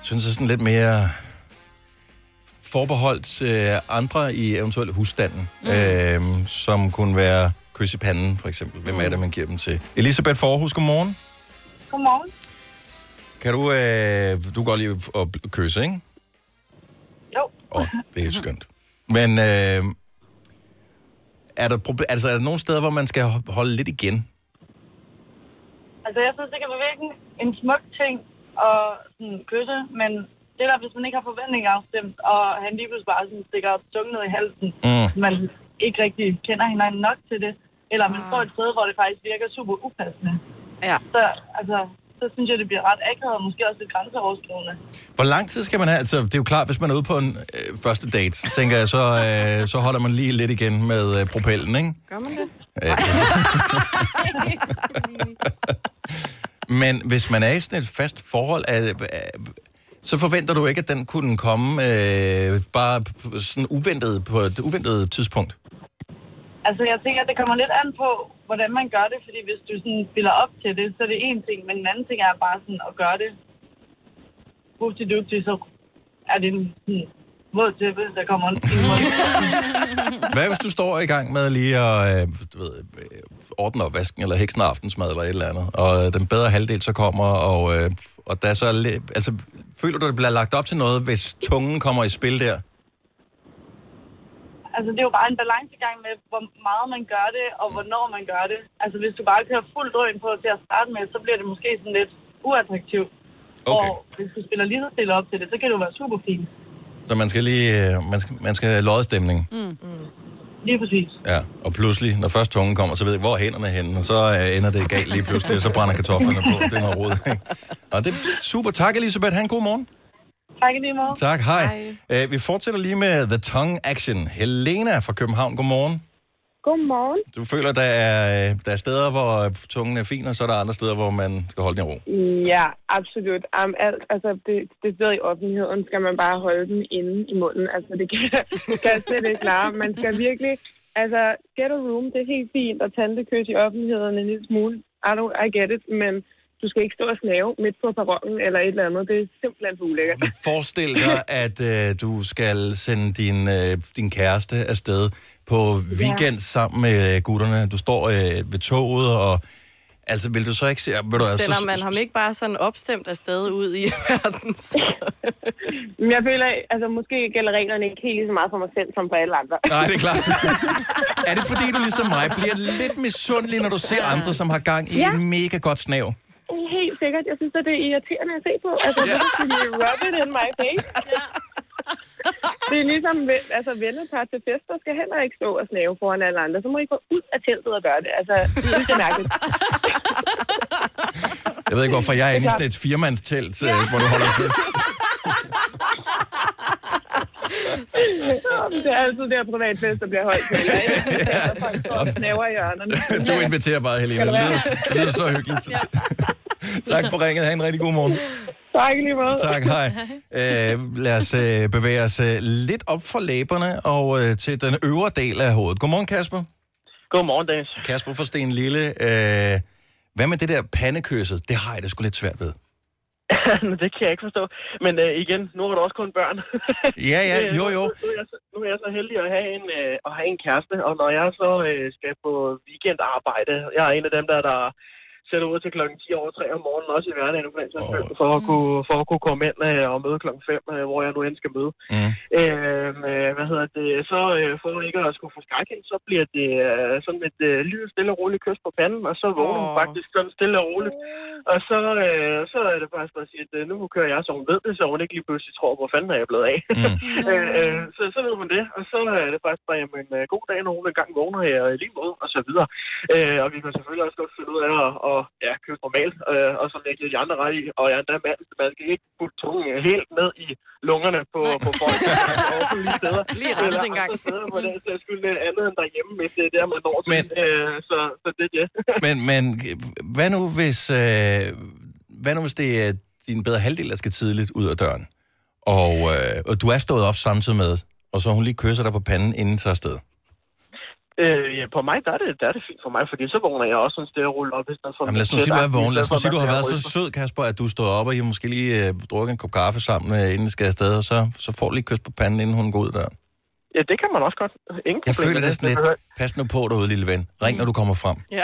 A: synes er sådan lidt mere forbeholdt øh, andre i eventuelt husstanden, mm. øh, som kunne være kys i panden, for eksempel. Hvem er det, man giver dem til? Elisabeth Forhus, godmorgen.
M: Godmorgen.
A: Kan du, øh, du kan godt lide at bl- kysse, ikke?
M: Jo.
A: Åh, oh, det er skønt. Men øh, er, der proble- altså, er der nogle steder, hvor man skal ho- holde lidt igen?
M: Altså, jeg synes, det kan være virkelig en smuk ting at sådan, kysse, men det er der, hvis man ikke har forventninger afstemt, og han lige pludselig bare sådan, stikker tungen ned i halsen,
A: Mm.
M: man ikke rigtig kender hinanden nok til det, eller
V: Ah.
M: man står et sted, hvor det faktisk virker super upassende.
Y: Ja.
M: Så, altså, så synes jeg, det bliver ret akavet, og måske også lidt grænseoverskridende.
A: Hvor lang tid skal man have? Altså, det er jo klart, hvis man er ude på en øh, første date, så tænker jeg, så, øh, så holder man lige lidt igen med øh, propellen, ikke?
C: Gør man det?
A: <laughs> Men hvis man er i sådan et fast forhold, er, er, så forventer du ikke, at den kunne komme øh, bare p- sådan uventet på et uventet tidspunkt.
M: Altså, jeg tænker, at det kommer lidt an på, hvordan man gør det, fordi hvis du sådan spiller op til det, så er det en ting, men en anden ting er bare sådan at gøre det. Hufti dufti, så er det en sådan, våd tæppe, der kommer en en våd
A: Hvad hvis du står i gang med lige at øh, du ved, øh, ordne opvasken, eller heksen af aftensmad, eller et eller andet, og den bedre halvdel så kommer, og, øh, og der er så lidt, altså, føler du, det bliver lagt op til noget, hvis tungen kommer i spil der?
M: Altså, det er jo bare en balancegang med, hvor meget man gør det, og hvornår man gør det. Altså, hvis du bare kører fuld drøn på til at starte med, så bliver det måske sådan lidt uattraktivt. Okay. Og hvis du spiller lige så stille op til det, så kan det jo være super fint.
A: Så man skal lige, øh, man skal, man skal have loddestemning.
M: Mm. Lige præcis.
A: Ja, og pludselig, når først tungen kommer, så ved jeg, hvor er hænderne henne, og så øh, ender det galt lige pludselig, og så brænder kartoflerne på. Det er noget rod, ikke? Og det er super. Tak, Elisabeth. Han god morgen.
M: Tak i lige måde.
A: Tak, hej. hej. vi fortsætter lige med The Tongue Action. Helena fra København, godmorgen.
P: Godmorgen.
A: Du føler, der er, øh, der er steder, hvor øh, tungen er fin, og så er der andre steder, hvor man skal holde den i ro.
P: Ja, absolut. Um, alt, altså, det, det sidder i offentligheden, skal man bare holde den inde i munden. Altså, det kan, <laughs> kan jeg slet ikke klare. Man skal virkelig... Altså, get a room, det er helt fint at tantekys i offentligheden en lille smule. I, don't, I get it, men du skal ikke stå og snave midt på perronen eller et eller andet. Det er simpelthen for ulækkert.
A: Forestil dig, at øh, du skal sende din, øh, din kæreste afsted på weekend ja. sammen med øh, gutterne. Du står øh, ved toget, og altså, vil du så ikke se... Ved du, hvad,
C: Sender
A: så,
C: man ham ikke bare sådan opstemt afsted ud i <laughs> verden? Så...
P: Men jeg føler, altså, måske gælder reglerne ikke helt lige så meget for mig selv som for alle andre.
A: Nej, det er klart. <laughs> Er det fordi, du ligesom mig bliver lidt misundelig, når du ser andre, som har gang i ja.
P: Ja.
A: en mega godt snav?
P: Helt sikkert. Jeg synes, at det er irriterende at se på. Altså, yeah. det er rub it in my face. Det er ligesom, ve- altså vennepar til fester skal heller ikke stå og snave foran alle andre. Så må I gå ud af teltet og gøre det. Altså, det er ikke mærkeligt.
A: Jeg ved ikke, hvorfor jeg er inde i
P: Det er
A: sådan et firemandstelt, ja. hvor du holder til.
P: Det er altid der privat fest, der bliver holdt til. Jeg er ikke fester, folk står og snaver i
A: <laughs>
P: hjørnerne.
A: Du inviterer bare, Helena. Det lyder, det lyder så hyggeligt. <laughs> tak for ringet. Ha' en rigtig god morgen.
P: Tak i lige måde.
A: Tak, hej. Øh, lad os øh, bevæge os øh, lidt op for læberne og øh, til den øvre del af hovedet. Godmorgen, Kasper.
H: Godmorgen, Dennis.
A: Kasper fra Sten Lille. Øh, hvad med det der pandekysset? Det har jeg det sgu lidt svært
H: <laughs>
A: ved.
H: <laughs> Men det kan jeg ikke forstå. Men øh, igen, nu har du også kun børn.
A: Ja, ja,
H: Øh,
A: jo, jo.
H: <laughs> Nu, nu, er jeg, så- nu er jeg så heldig at have en, øh, at have en kæreste, og når jeg så øh, skal på weekendarbejde, jeg er en af dem, der, der sætter ud til klokken 10 over 3 om morgenen, også i hverdagen, for, oh. for, at kunne, for at kunne komme ind øh, og møde klokken 5, øh, hvor jeg nu end skal møde.
A: Mm.
H: Øh, hvad hedder det? Så øh, for ikke at skulle få skræk hende, så bliver det øh, sådan et øh, lille, stille og roligt kys på panden, og så vågner hun
E: Åh.
H: faktisk sådan stille og roligt. Og så, øh, så er det faktisk bare at sige, at øh, nu kører jeg, så hun ved det, så hun ikke lige pludselig tror, hvor fanden er jeg blevet af. Mm. <laughs> øh, øh, så, så ved hun det, og så er det faktisk bare, jamen, øh, god dag, når hun engang vågner her, og i lige måde, og så videre. Øh, og vi kan selvfølgelig også godt finde ud af at, at ja, købe normalt, øh, og som jeg giver de andre ret i, og jeg er endda mand, så man skal ikke putte tungen helt ned i lungerne på, på folk. offentlige steder.
C: <laughs> Lige rense en gang.
H: Eller andre steder, hvor det er sags skyld lidt andet end derhjemme, hvis det er der, man når til. Men... Øh, så, så det er det.
A: Men, men øh, hvad nu hvis, øh, hvad nu hvis det er din bedre halvdel, der skal tidligt ud af døren, og, øh, og du er stået op samtidig med, og så hun lige kysser dig på panden, inden tager afsted?
H: <laughs> Øh, ja, på mig, der er, det, der er det fint for mig, fordi så vågner jeg også sådan stille og roligt op, i stedet for...
A: Jamen, lad os nu sige, du er vågen. Lad os nu sige, du har været så sød, Kasper, at du stod op, og I måske lige øh, drukket en kop kaffe sammen, øh, inden I skal afsted, og så, så får lige et kys på panden, inden hun går ud der.
H: Ja, det kan man også godt. Ingen
A: Jeg
H: problem
A: føler
H: med
A: det sådan lidt.
H: behøver-
A: Pas nu på derude, lille ven. Ring, når du kommer frem.
H: Ja.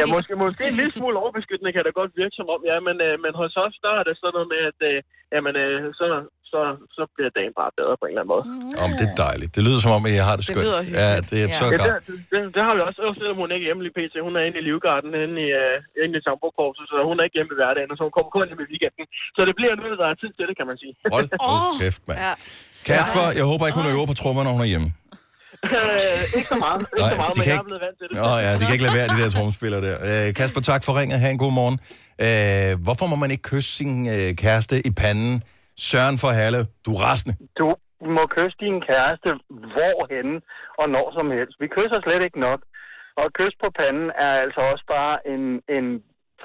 H: ja, måske, måske en lille smule overbeskyttende kan det godt virke som om, ja, men, øh, men hos os, der er det sådan noget med, at øh, jamen, øh, så, så, så bliver dagen bare bedre på en eller anden måde.
C: Mhm.
A: Om det er dejligt. Det lyder som om, at jeg har det skønt. ja, det er så
H: ja,
A: godt.
H: det, det, det, har vi også, og selvom hun ikke er hjemme lige pt. Hun er inde i Livgarden, inde i, uh, inde i Sambrokorpset, så hun er ikke hjemme i hverdagen, og så hun kommer kun hjem i weekenden. Så det bliver noget, der er tid til det, kan man sige.
A: Hold nu kæft, mand.
H: Ja.
A: Kasper, jeg håber ikke, hun øver på trommer, når hun er hjemme.
H: Øh, ikke så meget, ikke så meget,
A: de
H: men
A: kan
H: jeg er
A: ikke-
H: blevet vant til det.
A: Nå ja, de kan ikke lade være,
H: <laughs>
A: de der tromspillere der. Øh, Kasper, tak for ringet. Ha' en god morgen. Øh, hvorfor må man ikke kysse sin øh, kæreste i panden? Søren for Halle, du er rasende.
I: Du må kysse din kæreste hvorhenne og når som helst. Vi kysser slet ikke nok. Og kys på panden er altså også bare en, en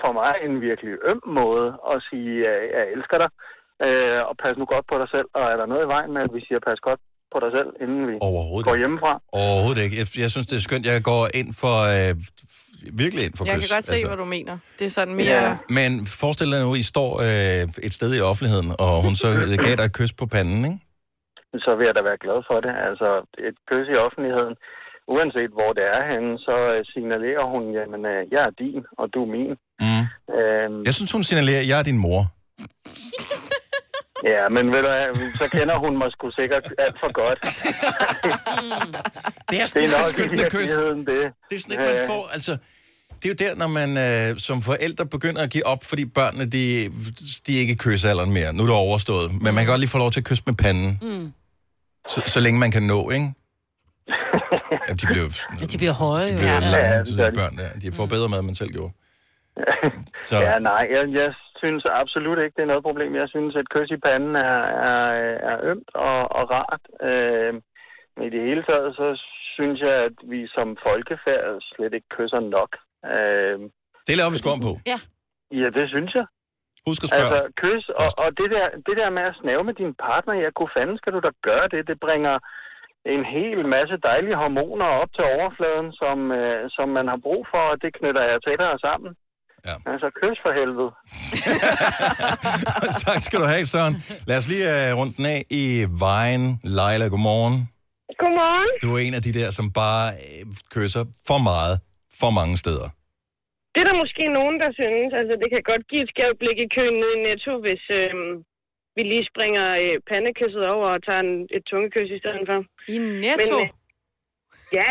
I: for mig en virkelig øm måde at sige, øh, jeg elsker dig, øh, og pas nu godt på dig selv. Og er der noget i vejen med, at vi siger, pas godt på dig selv, inden vi går hjemmefra?
A: Overhovedet ikke. Jeg, jeg synes, det er skønt. Jeg går ind for... Øh, virkelig ind for
C: Jeg
A: kys. altså.
C: kan godt se, hvad du mener. Det er sådan mere... Ja.
A: Men forestil dig nu, I står øh, et sted i offentligheden, og
C: <laughs>
A: hun så øh, gav dig et kys på panden, ikke?
I: så vil jeg da være glad for det. Altså, et kys i offentligheden, uanset hvor det er henne, så øh, signalerer hun, jamen, øh, jeg er din, og du er min.
A: Mm.
I: Øhm,
A: Jeg synes, hun signalerer, at jeg er din mor.
I: ja, men ved du, hvad, så kender hun mig sgu sikkert alt for
A: <laughs>
I: godt.
A: Mm. Det er
I: Det
A: sådan
I: er
A: et
I: nok i
A: beskyttende kys.
I: virkeligheden det.
A: Det er sådan ikke, man
I: Ja.
A: får, altså... Det er jo der, når man øh, som forældre begynder at give op, fordi børnene, de, de er ikke i kysalderen mere. Nu er det overstået. Men man kan godt lige få lov til at kysse med panden,
B: Mm.
A: så, så længe man kan nå,
I: <laughs>
A: ikke? Ja, de bliver,
B: Ja, de bliver høje.
A: de
B: jo.
A: bliver ja,
I: Ja, det
A: lange, ja,
I: er
A: de der
I: det.
A: børn der. De får bedre mad, end man selv
I: <laughs>
A: gjorde. Så.
I: Ja, nej, jeg, jeg synes absolut ikke, det er noget problem. Jeg synes, at kys i panden er, er, er ømt og, og rart. Øh, men i det hele taget, så synes jeg, at vi som folkefærd slet ikke kysser nok. Øh,
A: det laver vi skum på.
B: Ja.
I: Ja, det synes jeg.
A: Husk at
I: spørge. Altså, kys, og, og det, der, det der med at snave med din partner, ja, god fanden skal du da gøre det? Det bringer en hel masse dejlige hormoner op til overfladen, som, øh, som man har brug for, og det knytter jeg tættere sammen.
A: Ja.
I: Altså, kys for helvede.
A: <laughs> <laughs> tak skal du have, Søren. Lad os lige øh, runde den af i vejen. Leila, godmorgen.
J: Godmorgen.
A: Du er en af de der, som bare øh, kysser for meget, for mange steder.
J: Det er der måske nogen, der synes. Altså, det kan godt give et skævt blik i køen nede i Netto, hvis øh, vi lige springer øh, pandekysset over og tager en, et tungekys i stedet for.
C: I Netto?
J: øh,
C: <laughs>
J: ja.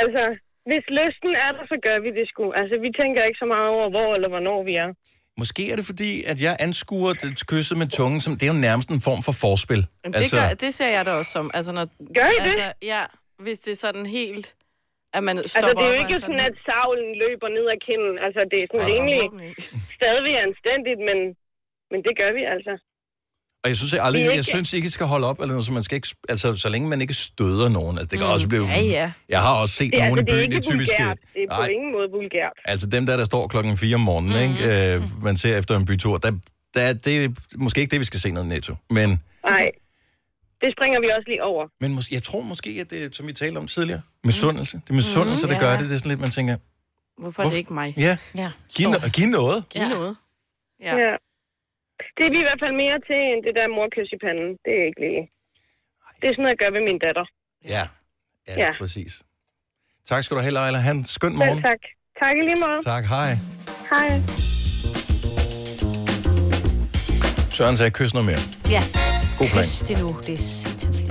J: altså, hvis lysten er der, så gør vi det sgu. Altså, vi tænker ikke så meget over, hvor eller hvornår vi er.
A: Måske er det fordi, at jeg anskuer det kysset med tungen, som det er jo nærmest en form for forspil.
C: Jamen, det, altså... gør, det ser jeg da også som. Altså, når,
J: Gør I det?
C: altså, Ja, hvis det er sådan helt, at man stopper
J: Altså, det er jo
C: op og
J: ikke sådan, at savlen løber ned ad kinden. Altså, det er sådan
A: Nej,
J: rimelig stadigvæk anstændigt, men, men det gør vi altså.
A: Og jeg synes jeg
J: Det er
A: aldrig, jeg
J: ikke-
A: synes ikke, I skal holde op, eller noget, så man skal ikke, altså, så længe man ikke støder nogen. Altså, det kan mm. også blive...
J: Ja, ja.
A: Jeg har også set
J: Det, er-
A: nogen
J: altså,
A: i
J: det er
A: byen,
J: ikke
A: det er typisk... øh,
J: vulgært. Det er på
A: Nej,
J: ingen måde vulgært.
A: Altså dem der, der står klokken 4 om morgenen, mm. ikke? Øh, man ser efter en bytur, der, der, det er måske ikke det, vi skal se noget netto. Men,
J: Nej, det springer vi også lige over.
A: men mås- jeg tror måske, at det, som vi talte om tidligere, Mm. misundelse. Det er misundelse,
J: Mm,
A: mm. der
J: ja.
A: gør det. Det er sådan lidt, man tænker,
C: Hvorfor er det ikke mig?
A: ja,
J: Ja.
A: giv, no- giv noget.
C: Giv noget.
J: Ja. ja. Det er vi i hvert fald mere til, end det der morkys i panden. Det er ikke lige... Det er sådan noget, jeg gør ved min datter.
A: Ja, ja, ja.
J: Ja.
A: præcis. Tak skal du have, Leila. Han, skøn morgen.
J: Selv tak. Tak i lige måde.
A: Tak, hej.
J: Hej.
A: Søren sagde, kys noget mere.
B: Ja.
A: God plan.
B: Kys det nu. Det er satans liv.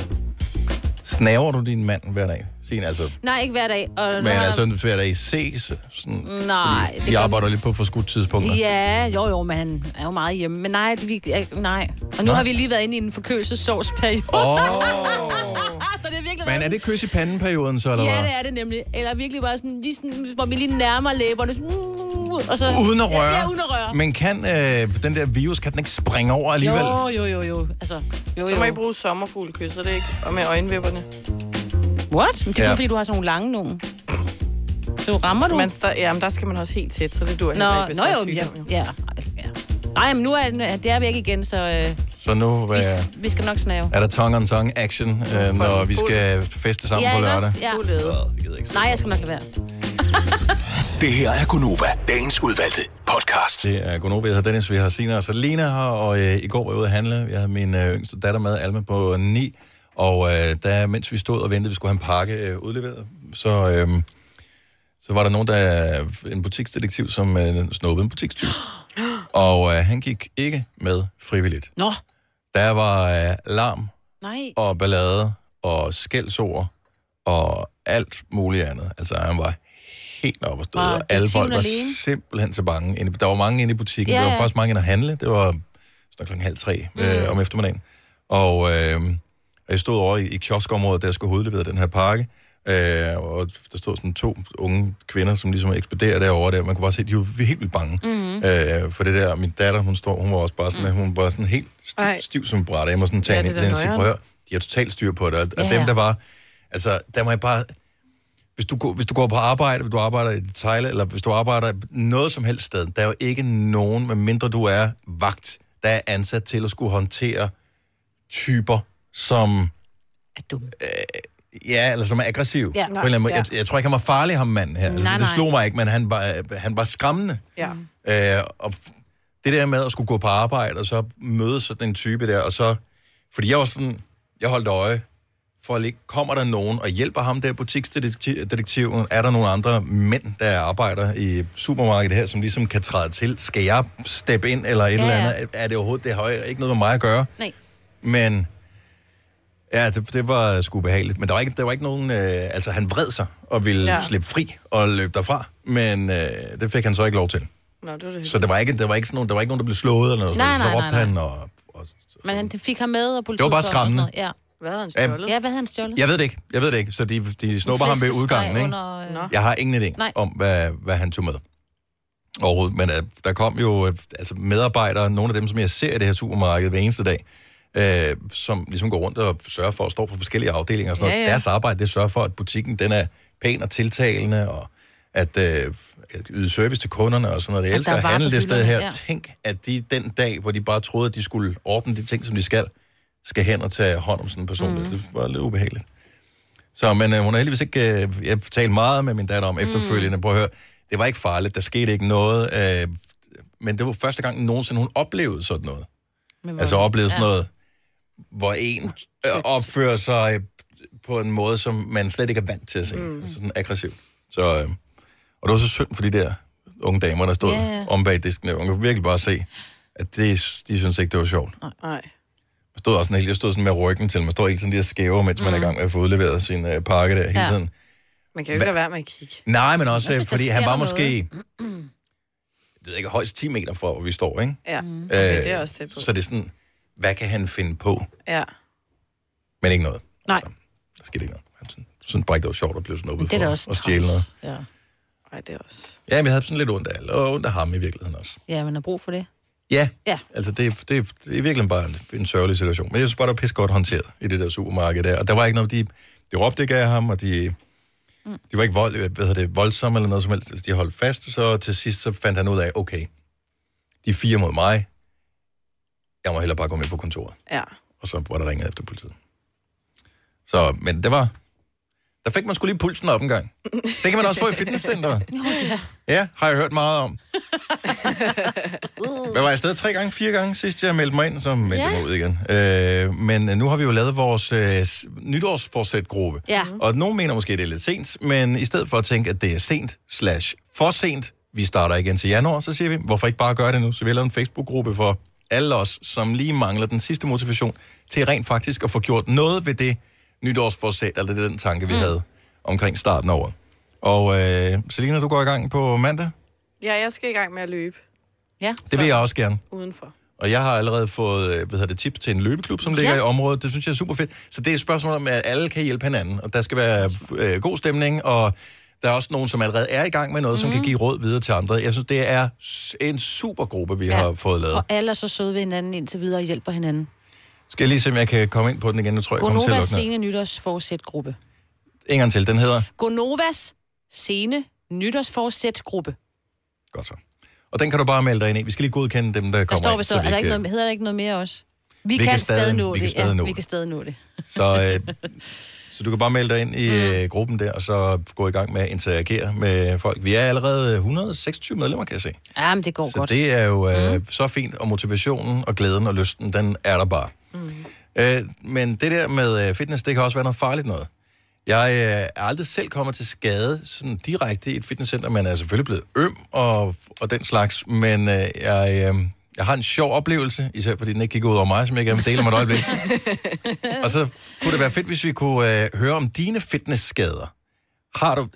A: Snaver du din mand hver dag? Signe, altså,
B: Nej, ikke hver dag. Og nu
A: men
B: har der-
A: altså hver dag ses? Sådan,
B: Nej, det
A: fordi
B: gør
A: jeg
B: vi
A: arbejder lidt på forskudt tidspunkter.
B: Ja, jo jo, men han er jo meget hjemme. Men nej, vi, ja, nej. Og nu
A: Nå.
B: har vi lige været inde i en forkølelsesårsperiode. <laughs>
A: Åh.
B: så det er virkelig
A: Men er det kys i panden-perioden så, eller
B: ja,
A: hvad?
B: det er det nemlig. Eller virkelig bare sådan, lige sådan hvor vi lige nærmer læberne. Sådan, uh, og så,
A: Uden at røre.
B: Ja, ja uden at røre.
A: Men kan øh, den der virus, kan den ikke springe over alligevel?
B: Jo, jo, jo, jo. Altså, jo,
C: Så må
B: jo.
C: I bruge sommerfuglekys, er det ikke? Og med øjenvipperne.
B: What? Men det er
C: Ja.
B: ja. fordi, du har sådan nogle lange nogen. Så rammer du.
C: Men der, jamen, der skal man også helt tæt, så det dur
B: Nå,
C: heller ikke, hvis
B: nå
C: der er
B: jo, ja,
C: sygdom,
B: ja. Nej, men nu er den, det er væk igen, så øh,
A: Så nu øh,
B: Vi skal nok snave.
A: er der tongue-on-tongue action, øh, når vi skal feste sammen
B: ja,
A: på
B: ikke
A: lørdag.
B: også? Ja. Du lød. Nej, jeg skal nok lade være.
A: Det her er Gunova, dagens udvalgte podcast. Det er Gunova, jeg hedder Dennis, vi har Sina og Salina her, og øh, i går var jeg ude at handle. Jeg havde min øh, yngste datter med, Alma på 9, og øh, der, mens vi stod og ventede, vi skulle have en pakke øh, udleveret, så, øh, så var der nogen, der en butiksdetektiv, som øh, snuppede en butikstyv. Og øh, han gik ikke med frivilligt.
B: Nå,
A: Der var øh, larm
B: nej.
A: og ballade og skældsord og alt muligt andet. Altså, han var helt oppe at stå,
B: Og
A: og alle folk
B: detektiven
A: var
B: alene.
A: simpelthen så bange. inde- Der var mange inde i butikken,
B: Ja,
A: ja, ja. der
B: ja.
A: var faktisk mange inde at handle. Det var sådan klokken halv tre
D: Mm.
A: øh, om eftermiddagen. Og øh, og jeg stod over i, i kioskområdet, der jeg skulle hovedlevere den her pakke. Øh, og der stod sådan to unge kvinder, som ligesom ekspederer derovre der. Man kunne bare se, at de var helt vildt bange.
D: Mhm.
A: Øh, for det der, min datter, hun står, hun var også bare sådan, mm. hun var sådan helt stiv,
D: Ej.
A: stiv som et bræt. Jeg må sådan tage
D: Ja,
A: ja,
D: det
A: hende
D: er da
A: ind og sige,
D: noieren.
A: prøv at høre, de har totalt styr på det. Og, og
D: Ja,
A: dem,
D: ja.
A: der var, altså, der må jeg bare, hvis du, går, hvis du går på arbejde, hvis du arbejder i Thailand, eller hvis du arbejder noget som helst sted, der er jo ikke nogen, medmindre du er vagt, der er ansat til at skulle håndtere typer, som...
B: Er dumme.
A: Øh, ja, eller som er aggressiv.
B: Ja.
A: Ja, på en eller anden måde.
B: Ja.
A: Jeg, jeg tror ikke, han var farlig, ham manden her. Altså,
B: Nej,
A: det
B: nej.
A: slog mig ikke, men han var, øh, han var skræmmende.
B: Ja.
A: Øh, og f- det der med at skulle gå på arbejde, og så møde sådan en type der, og så... Fordi jeg var sådan... Jeg holdt øje for at ligge, kommer der nogen og hjælper ham der butiksdetektiven? Er der nogle andre mænd, der arbejder i supermarkedet her, som ligesom kan træde til? Skal jeg steppe ind eller et
D: Ja,
A: ja, eller
D: ja.
A: andet? Er det overhovedet det har jo ikke noget med mig at gøre?
B: Nej.
A: Men ja, det, det var sgu behageligt. Men der var ikke, der var ikke nogen... Øh, altså, han vred sig og ville
C: Ja.
A: ja. slippe fri og løbe derfra. Men øh, det fik han så ikke lov til.
C: Nå, det var det
A: Så der var ikke, der var ikke, sådan nogen, der var ikke nogen, der blev slået eller noget.
B: Nej,
A: sådan.
B: nej,
A: så
B: nej,
A: råbte
B: nej.
A: han, og
B: Men han fik ham med, og politiet...
A: Det var bare
B: kom og sådan
A: skræmmende.
B: noget. Ja.
C: Hvad havde han
A: stjålet?
B: Ja, hvad havde han stjålet?
A: jeg ved det ikke. Jeg ved det ikke. Så de, de snupper ham ved
B: flæskesteg
A: udgangen, ikke?
B: under, øh, Nå.
A: Jeg har ingen idé
B: Nej.
A: Nej. om, hvad, hvad han tog med. Overhovedet. Men øh, der kom jo øh, altså medarbejdere, nogle af dem, som jeg ser i det her supermarked hver eneste dag, øh, som ligesom går rundt og sørger for at stå på forskellige afdelinger og sådan
D: Ja,
A: noget.
D: ja.
A: Deres arbejde, det sørger for, at butikken den er pæn og tiltalende, og at øh, at yde service til kunderne og sådan noget. Jeg
D: At
A: elsker
D: der er
A: at
D: varer
A: handle
D: på
A: det sted
D: hylderne,
A: her.
D: ja.
A: Ja. Tænk, at de den dag, hvor de bare troede, at de skulle ordne de ting, som de skal, skal hen og tage hånd om sådan en person. Mm. Det var lidt ubehageligt. Så, men øh, hun har heldigvis ikke... Øh, jeg talte meget med min datter om efterfølgende. Mm. Prøv at høre, det var ikke farligt, der skete ikke noget. Øh, men det var første gang nogensinde, hun oplevede sådan noget.
B: Men
A: Altså
B: hvor-
A: oplevede sådan
B: Ja.
A: noget, hvor en øh, opfører sig øh, på en måde, som man slet ikke er vant til at se. Mm. Altså sådan aggressiv. Så, øh, og det var så synd for de der unge damer, der stod
B: Ja,
A: yeah,
B: ja.
A: om bag disken. der. Man kunne virkelig bare se, at det, de synes ikke, det var sjovt.
C: Nej.
A: Jeg stod også sådan, helt- jeg stod sådan med ryggen til, man står hele tiden lige og skæver, mens mm. man er i gang med at få udleveret sin øh, pakke der hele
C: Mhm. Ja.
A: ja. tiden.
C: Man kan jo ikke
A: Hva-
C: lade være med at kigge.
A: Nej, men
C: Hvad
A: også,
C: hvis
A: Hvis
C: der
A: fordi
C: sker
A: han var
C: noget?
A: måske,
C: <clears throat>
A: jeg ved ikke, højst 10 meter fra, hvor vi står, ikke?
C: Ja,
B: Mm.
C: okay, det er også tæt på.
A: Øh, Så det er sådan, hvad kan han finde på?
C: Ja.
A: Men ikke noget.
C: Nej.
A: Altså, der skete ikke noget. Han synes- synes bare ikke, det var sjovt at blive snuppet
B: Men det er da
A: for
B: også
A: at stjæle
B: træls.
A: noget.
B: Ja.
C: Nej, det er også...
A: Ja, men jeg havde sådan lidt ondt af alle, og ondt af ham i virkeligheden også.
B: ja, man har brug for det.
A: Ja,
B: Ja.
A: altså det, er- det, er- det er virkelig bare en, en sørgelig situation. Men jeg synes bare, der var pisse godt håndteret i det der supermarked der. Og der var ikke noget, de, de råbte ikke af ham, og de, mm. de var ikke vold, hvad hedder det, voldsomme eller noget som helst. Altså, de holdt fast, så til sidst så fandt han ud af, okay, de er fire mod mig. Jeg må hellere bare gå med på kontoret.
C: Ja.
A: Og så var der ringet efter politiet. Så, men det var... Der fik man skulle lige pulsen op en gang. Det kan man også få i fitnesscenteret.
B: ja.
A: Ja, har jeg hørt meget om. Hvad var jeg afsted tre gange, fire gange sidst, jeg meldte mig ind, så meldte jeg mig ud igen. Øh, men øh, nu har vi jo lavet vores øh, s- nytårsforsæt-gruppe.
D: Ja.
C: Mm.
A: Og nogen mener måske, det er lidt sent, men i stedet for at tænke, at det er sent slash for sent, vi starter igen til januar, så siger vi, hvorfor ikke bare gøre det nu? Så vi har lavet en Facebook-gruppe for alle os, som lige mangler den sidste motivation til rent faktisk at få gjort noget ved det nytårsforsæt, eller den tanke, vi mm. havde omkring starten af året. Og øh, Selina, du går i gang på mandag.
C: Ja, jeg skal i gang med at løbe.
B: Ja.
A: Det vil jeg også gerne.
C: Udenfor.
A: Og jeg har allerede fået øh, hvad hedder det, tip til en løbeklub, som ligger
C: Ja.
A: ja. i området. Det synes jeg er super fedt. Så det er et spørgsmål om, at alle kan hjælpe hinanden. Og der skal være øh, god stemning, og der er også nogen, som allerede er i gang med noget, mm. som
B: Mhm.
A: kan give råd videre til andre. Jeg synes, det er s- en super gruppe, vi ja. har fået lavet.
B: Og alle er så søde ved hinanden indtil videre og hjælper hinanden.
A: Skal jeg lige se, om jeg kan komme ind på den igen? Nu tror jeg, jeg kommer til at
B: Gonovas
A: lukke den.
B: sene nytårsforsætgruppe.
A: her. En gang til. Den hedder...
B: Gonovas sene nytårsforsætgruppe.
A: Og den kan du bare melde dig ind i. Vi skal lige godkende dem, der,
B: Der
A: kommer
B: står
A: ind.
B: vist, så er
A: vi
B: der ikke
A: ikke, øh,
B: noget, hedder der ikke noget mere også? Vi, vi kan, kan stadig nå
A: vi
B: det.
A: kan stadig
B: ja,
A: nå
B: vi
A: det.
B: kan stadig nå det.
A: Så, øh, så du kan bare melde dig ind i øh, gruppen der, og så gå i gang med at interagere med folk. Vi er allerede 126 medlemmer, kan jeg se.
B: Ja, men det går
A: Så
B: godt. Mm.
A: det er jo øh, så fint, og motivationen og glæden og lysten, den er der bare. Mm. Øh, men det der med øh, fitness, det kan også være noget farligt noget. Jeg øh, er aldrig selv kommet til skade sådan direkte i et fitnesscenter. Man er selvfølgelig blevet øm og, og den slags, men øh, jeg, øh, jeg har en sjov oplevelse, især fordi den ikke gik ud over mig, som jeg gerne vil dele om et
B: <laughs>
A: øjeblik. og så kunne det være fedt, hvis vi kunne øh, høre om dine fitnessskader. Har du...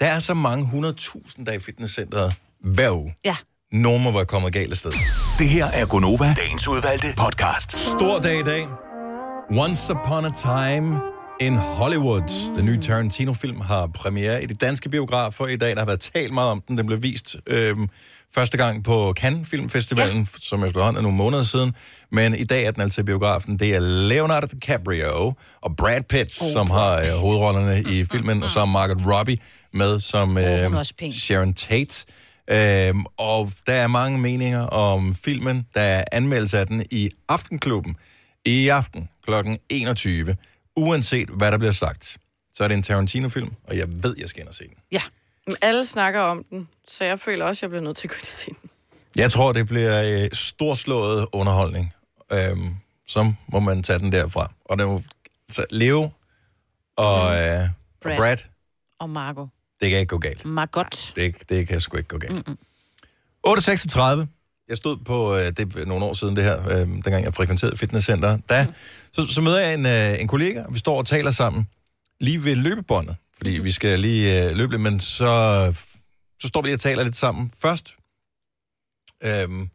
A: Der er så mange 100.000, der er i fitnesscenteret hver uge.
B: Ja.
A: Nogen må være kommet galt af sted.
F: Det her er Gonova, dagens udvalgte podcast.
A: Stor dag i dag. Once Upon a Time in Hollywood. Den nye Tarantino-film har premiere i de danske biografer i dag. Der har været talt meget om den. Den blev vist øhm, første gang på Cannes Filmfestivalen, ja. som efterhånden er nogle måneder siden. Men i dag er den altså i biografen. Det er Leonardo DiCaprio og Brad Pitt, oh, som har øh, hovedrollerne i filmen, og så er Margot Robbie med som
B: Mm. hun
A: øh,
B: er også pæn.
A: Sharon Tate. Øhm, og der er mange meninger om filmen. Der er anmeldelse af den i Aftenklubben i aften kl. 21. Uanset hvad der bliver sagt, så er det en Tarantino-film, og jeg ved, jeg skal ind og se den.
B: Ja.
C: Men alle snakker om den, så jeg føler også, at jeg bliver nødt til at gå ind og se den.
A: Jeg tror, det bliver øh, storslået underholdning. Øhm, så må man tage den derfra. Og det må, så Leo og øh, og
B: Brad.
A: Brad,
B: Og Marco.
A: det kan ikke gå galt.
B: Margot.
A: Det, det kan sgu ikke gå galt. 8.36. Jeg stod på, øh, det er nogle år siden det her, øh, dengang jeg frekventerede fitnesscenter. Da, så, så møder jeg en, øh, en kollega, og vi står og taler sammen lige ved løbebåndet, fordi vi skal lige øh, løbe lidt, men så, så står vi lige og taler lidt sammen først. Øhm,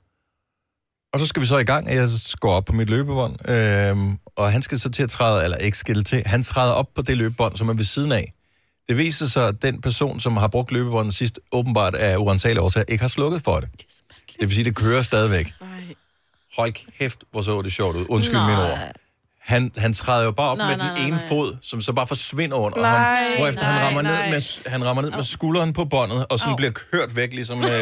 A: og så skal vi så i gang, og jeg går op på mit løbebånd, øhm, og han skal så til at træde, eller ikke skille til, han træder op på det løbebånd, som er ved siden af. Det viser sig, at den person, som har brugt løbebåndet sidst, åbenbart af urensagelige årsager, ikke har slukket for det. Det vil sige, at det kører stadigvæk. Hold kæft, hvor så det sjovt ud. Undskyld min
B: Nej.
A: ord. Han, han træder jo bare op nej, med
B: Nej, nej,
A: den
B: nej,
A: ene
B: nej.
A: fod, som så bare forsvinder under
B: Nej,
A: ham. Hvorefter han
B: nej,
A: rammer
B: nej.
A: ned, med, han rammer ned med skulderen på båndet, og sådan
B: Au.
A: bliver kørt væk, ligesom øh,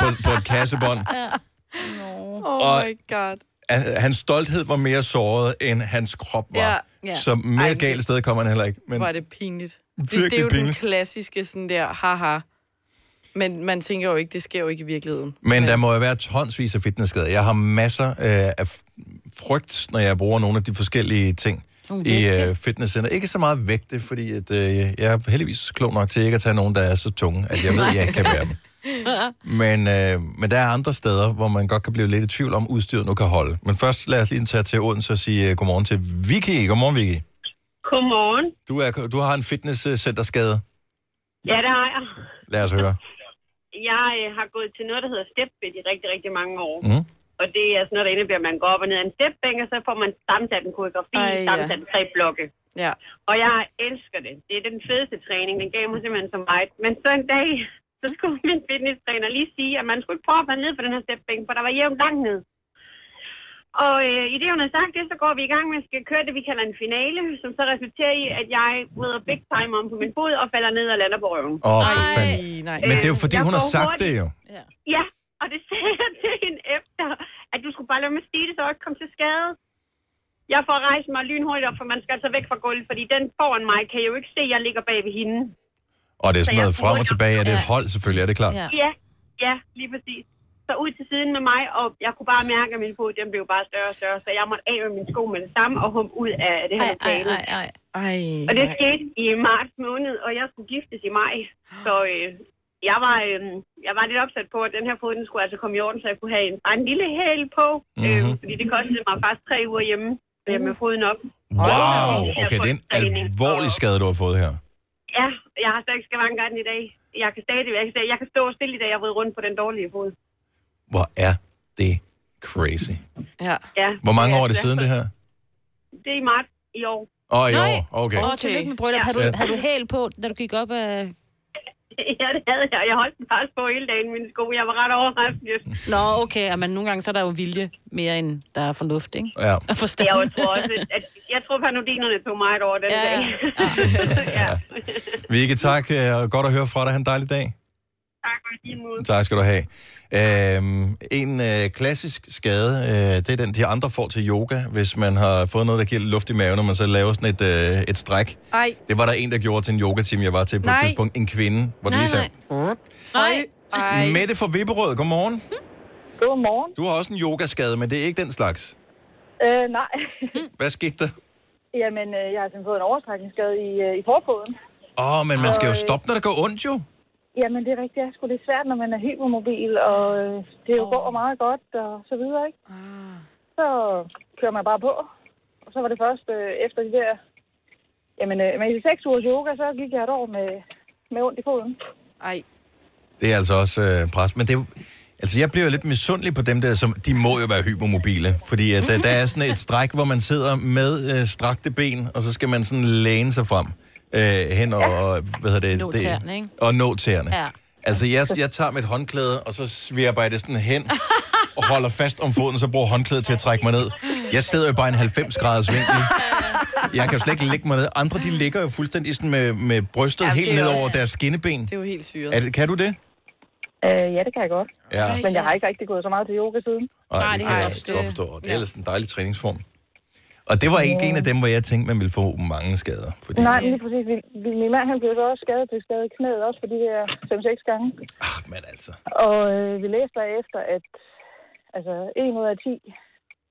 A: på, på et kassebånd.
C: Oh
A: Og-
C: my god.
A: Han- Hans stolthed var mere såret, end hans krop var.
C: Ja.
A: Ja.
C: Ja.
A: Så mere galt sted kommer han heller ikke. Men
C: Hvor er det pinligt. Det, det er
A: Virkelig
C: jo
A: pinligt.
C: den klassiske sådan der, haha. Men man tænker jo ikke, det sker jo ikke i virkeligheden.
A: Men der må jo være tonsvis af fitnessskader. Jeg har masser øh, af frygt, når jeg bruger nogle af de forskellige ting
B: Nogle
A: i
B: vægte.
A: øh, fitnesscenter. Ikke så meget vægte, fordi at, øh, jeg er heldigvis klog nok til ikke at tage nogen, der er så tunge, at jeg ved, at jeg ikke kan bære dem.
B: <laughs>
A: Men, øh, men der er andre steder, hvor man godt kan blive lidt i tvivl om, udstyret nu kan holde. Men først lad os lige tage til Odense og sige øh, godmorgen til Vicky. Godmorgen, Vicky.
P: Godmorgen.
A: Du, er, du har en fitnesscenterskade.
P: Ja, det har jeg.
A: Lad os høre.
P: Jeg øh, har gået til noget, der hedder stepbed i rigtig, rigtig mange år.
A: Mm.
P: Og det er sådan noget, der indebærer, at man går op og ned ad en stepbænk, og så får man sammensat en koreografi,
C: Ej, ja.
P: Ej, sammensat ja. tre blokke.
C: Ja.
P: Og jeg elsker det. Det er den fedeste træning. Den gav mig simpelthen så meget. Men så en dag, så skulle min fitnesstræner lige sige, at man skulle ikke prøve at falde ned på den her stepbænk, for der var jævnt langt ned. Og øh, i det, hun har sagt det, så går vi i gang med at skal køre det, vi kalder en finale, som så resulterer i, at jeg rydder big time om på min fod og falder ned og lander på røven.
A: Åh, for fanden.
C: nej.
A: Men det er jo, fordi
P: Øh, Jeg
A: hun har
P: går
A: sagt
P: hurtigt.
A: det jo.
P: Ja, og det sagde jeg til hende efter, at du skulle bare lade mig stige det, så jeg ikke kom til skade. Jeg får rejst mig lynhurtigt op, for man skal altså væk fra gulvet, fordi den foran mig kan jo ikke se, at jeg ligger bag ved hende.
A: Og det er sådan
P: Så jeg
A: noget frem
P: bruger-
A: og tilbage. Er det et
P: Ja.
A: hold, selvfølgelig? Er det klart?
P: Ja. ja, ja, lige præcis. Så ud til siden med mig, og jeg kunne bare mærke, at min fod den blev bare større og større, så jeg måtte af med min sko med det samme og humpe ud af det her
C: Ej, ej,
P: lokale.
C: ej, ej. Ej,
P: Og det
C: nej.
P: skete i marts måned, og jeg skulle giftes i maj. Så øh, jeg, var, øh, jeg var lidt opsat på, at den her fod, den skulle altså komme i orden, så jeg kunne have en, bare en lille hæl på. Mm-hmm. Øh, fordi det kostede mig faktisk tre uger hjemme øh, med foden op.
A: Wow,
P: Og-
A: okay, det er en alvorlig skade, du har fået her.
P: Ja, jeg har stadig skavanker af den i dag. Jeg kan stadigvæk, jeg, jeg kan stå stille i dag, jeg har været rundt på den dårlige fod.
A: Hvor er det crazy.
P: Ja. ja
A: Hvor mange år er det
P: altså-
A: siden, det her?
P: Det er i marts i år.
A: Åh, oh,
P: Nej.
A: jo, okay.
B: Og tillykke med bryllup. Havde,
A: Ja.
B: du, havde du hæl på, da du gik op af...
P: <laughs> Ja, det havde jeg. Jeg holdt den faktisk på hele dagen, mine sko. Jeg var ret overrasket.
B: Nå, okay, og men nogle gange så er der jo vilje mere, end der er fornuft, ikke?
A: Ja.
B: Og forstand.
P: Jeg tror også, at jeg tror, panodinerne tog meget over den ja. dag.
A: Vicky, tak. øh, og Godt at høre fra dig. Han en dejlig dag.
P: tak, og
A: Tak skal du have. Øhm, en øh, klassisk skade, øh, det er den, de andre får til yoga, hvis man har fået noget, der giver lidt luft i maven, og man så laver sådan et, øh, et stræk.
C: Ej.
A: Det var der en, der gjorde til en yogatime, jeg var til på
C: Nej.
A: et tidspunkt. En kvinde, hvor den lige sagde...
C: Nej.
A: "Mm." Mette fra Vipperød, godmorgen.
K: Godmorgen.
A: Du har også en yogaskade, men det er ikke den slags.
K: Øh, nej. <laughs>
A: Hvad skete der?
K: Jamen, øh, jeg har simpelthen fået en overstrækningsskade i, øh, i forfoden.
A: Åh, oh, men man skal jo
K: Ej.
A: stoppe, når det går ondt jo.
K: Jamen, det er rigtigt. Det er sgu lidt svært, når man er hypermobil, og øh, det jo går meget godt, og så videre, ikke? Så kører man bare på. Og så var det først øh, efter de der... Jamen, øh, men i seks ugers yoga, så gik jeg et år med, med ondt i foden.
C: Ej.
A: Det er altså også øh, pres, men det er jo- Altså, jeg bliver jo lidt misundelig på dem der, som, de må jo være hypermobile, fordi at, øh, der, der er sådan et stræk, hvor man sidder med øh, strakte ben, og så skal man sådan læne sig frem øh, hen og, hvad hedder det?
B: Nå
A: det-
B: tæerne, ikke?
A: Og nå tæerne.
B: Ja.
A: Altså, jeg, jeg tager mit håndklæde, og så svirper jeg det sådan hen, og holder fast om foden, og så bruger håndklædet til at trække mig ned. Jeg sidder jo bare i en 90-graders vinkel. Jeg kan jo slet ikke lægge mig ned. Andre, de ligger jo fuldstændig sådan med, med brystet
K: Jamen,
A: helt
K: det er
A: ned
K: også-
A: over deres skinneben.
C: Det er jo helt syret.
A: Er det, kan du det?
K: Øh, ja, det kan jeg godt.
A: Ja.
K: Men jeg har ikke rigtig gået så meget til yoga siden.
A: Nej, det kan jeg også godt forstå. Og Det er ellers en dejlig træningsform. Og det var ikke en af dem, hvor jeg tænkte, man ville få mange skader. Fordi...
K: Nej, men lige præcis. Min- Min, min mand han blev så også skadet til skadet i knæet, også for de der 5-6 gange.
A: Ach, men altså.
K: Og øh, vi læste efter, at altså, 1 ud af 10,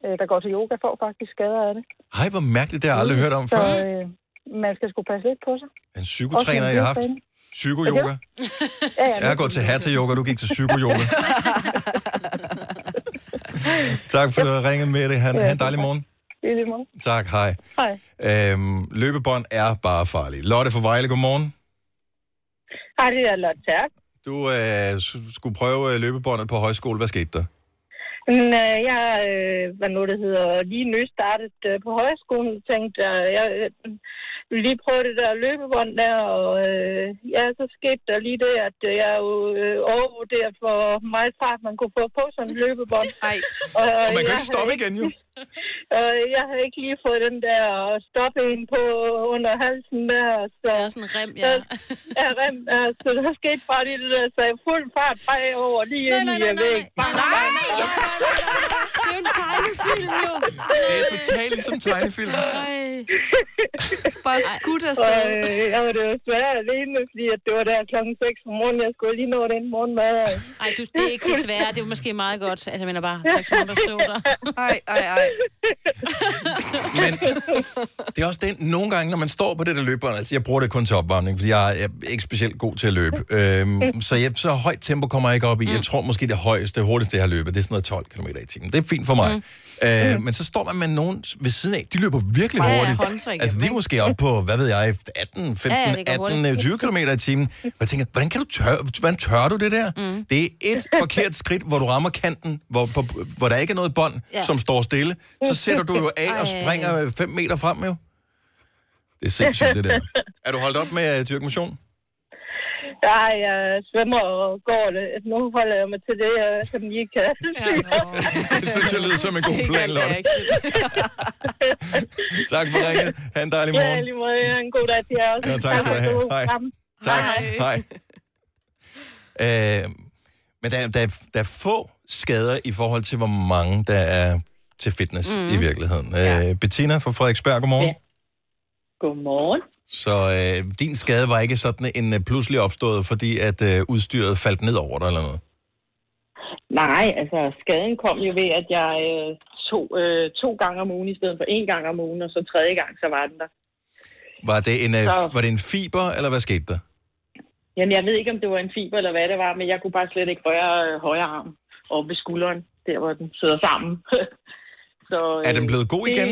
K: øh, der går til yoga, får faktisk skader af det.
A: Ej, hvor mærkeligt, det har jeg aldrig hørt om
K: Så
A: før.
K: øh, man skal sgu passe lidt på sig.
A: En psykotræner, jeg har haft. Psykoyoga.
K: Ja, ja,
A: Jeg har gået til hatha-yoga, du gik til psykoyoga.
K: <laughs>
A: tak for at ringe med det. Han,
K: Ja,
A: han en dejlig morgen.
K: i lige måde.
A: Tak, hej.
K: Hej.
A: Øhm, løbebånd er bare farlige. Lotte fra Vejle, godmorgen.
M: Hej, det er Lotte Tærk.
A: Du øh, s- skulle prøve øh, løbebåndet på højskole. Hvad skete der?
M: Men, øh, Jeg øh, var noget, der hedder lige nystartet øh, på højskolen, og tænkte, øh, jeg øh, vil lige prøve det der løbebånd der, og øh, ja, så skete der lige det, at øh, jeg jo øh, overvurderede, hvor meget fart man kunne få på sådan et
B: <laughs>
M: løbebånd.
C: Nej.
M: Og,
D: Og man kan
M: jeg
D: ikke stoppe
M: havde
D: igen,
A: jo.
M: <laughs> Og jeg havde ikke lige fået den der stoppe ind på under halsen der. Så, ja,
B: sådan en rem,
M: ja. Ja, rem, ja. Så der skete bare lige det der, så jeg fuld fart bagover lige ind i øh, væg. Bang, bang, bang.
B: Det er jo en tegnefilm, jo.
A: Det er totalt ligesom tegnefilm.
M: Bare
C: skudt
M: afsted. Øh, ja, men det var svært alene, fordi at det var der klokken 6 om morgenen. Jeg skulle lige nå den morgenmad.
B: Ej, du, det er ikke desværre. Det er jo måske meget godt. Altså, jeg mener bare, der er ikke så mange, der så dig.
C: Ej, ej, ej.
A: Det er også det, nogle gange, når man står på det der løbebånd, altså jeg bruger det kun til opvarmning, fordi jeg er, jeg er ikke specielt god til at
D: <laughs>
A: løbe. Øhm, så, jeg, så højt tempo kommer jeg ikke op i.
D: Mm.
A: Jeg tror måske det højeste, hurtigste jeg har løbet, det er sådan noget 12 km i timen. Det er fint for mig. Øh, men så står man med nogen ved siden af, de løber virkelig
D: Mm. Ja, ja,
A: hurtigt.
D: håndtryk igennem,
A: altså de er måske oppe på, hvad ved jeg, 18, 15,
D: Ja, ja, det går
A: 18,
D: hurtigt.
A: 20 km øh, i timen. Og jeg tænker, hvordan, kan du tør, hvordan tør du det der? Mm. Det er et forkert skridt, hvor du rammer kanten, hvor, hvor, hvor der ikke er noget bånd,
D: Ja.
A: ja. som står stille. Så sætter du jo af og
D: Ej.
A: springer øh, fem meter frem, jo. Det er sindssygt, det der. Er du holdt op med uh, dyrke motion?
M: Nej, jeg svømmer og går det. Altså, Nu holder jeg mig til det, jeg sådan lige kan.
A: Det synes jeg lyder som en god plan, Lotte. Tak for ringet. Ha' en <laughs> dejlig
M: Ja,
A: morgen.
M: lige måde. Ja, En god dag til jer også.
A: Ja, tak skal du have.
M: God
A: Hej.
M: aften.
A: Tak. Hej. Øh, men der, der, der er få skader i forhold til, hvor mange der er til fitness
M: Mm.
A: mm. i virkeligheden. Ja. Øh, Bettina fra Frederiksberg, godmorgen. Ja.
M: Godmorgen.
A: Så øh, din skade var ikke sådan en øh, pludselig opstået, fordi at øh, udstyret faldt ned over dig eller noget?
M: Nej, altså skaden kom jo ved, at jeg øh, tog øh, to gange om ugen i stedet for en gang om ugen, og så tredje gang, så var den der.
A: Var det en, øh,
M: Så-
A: var det en fiber, eller hvad skete der?
M: Jamen, jeg ved ikke, om det var en fiber eller hvad det var, men jeg kunne bare slet ikke røre øh, højre arm oppe ved skulderen, der hvor den sidder sammen. <laughs> så,
A: Er den blevet god igen?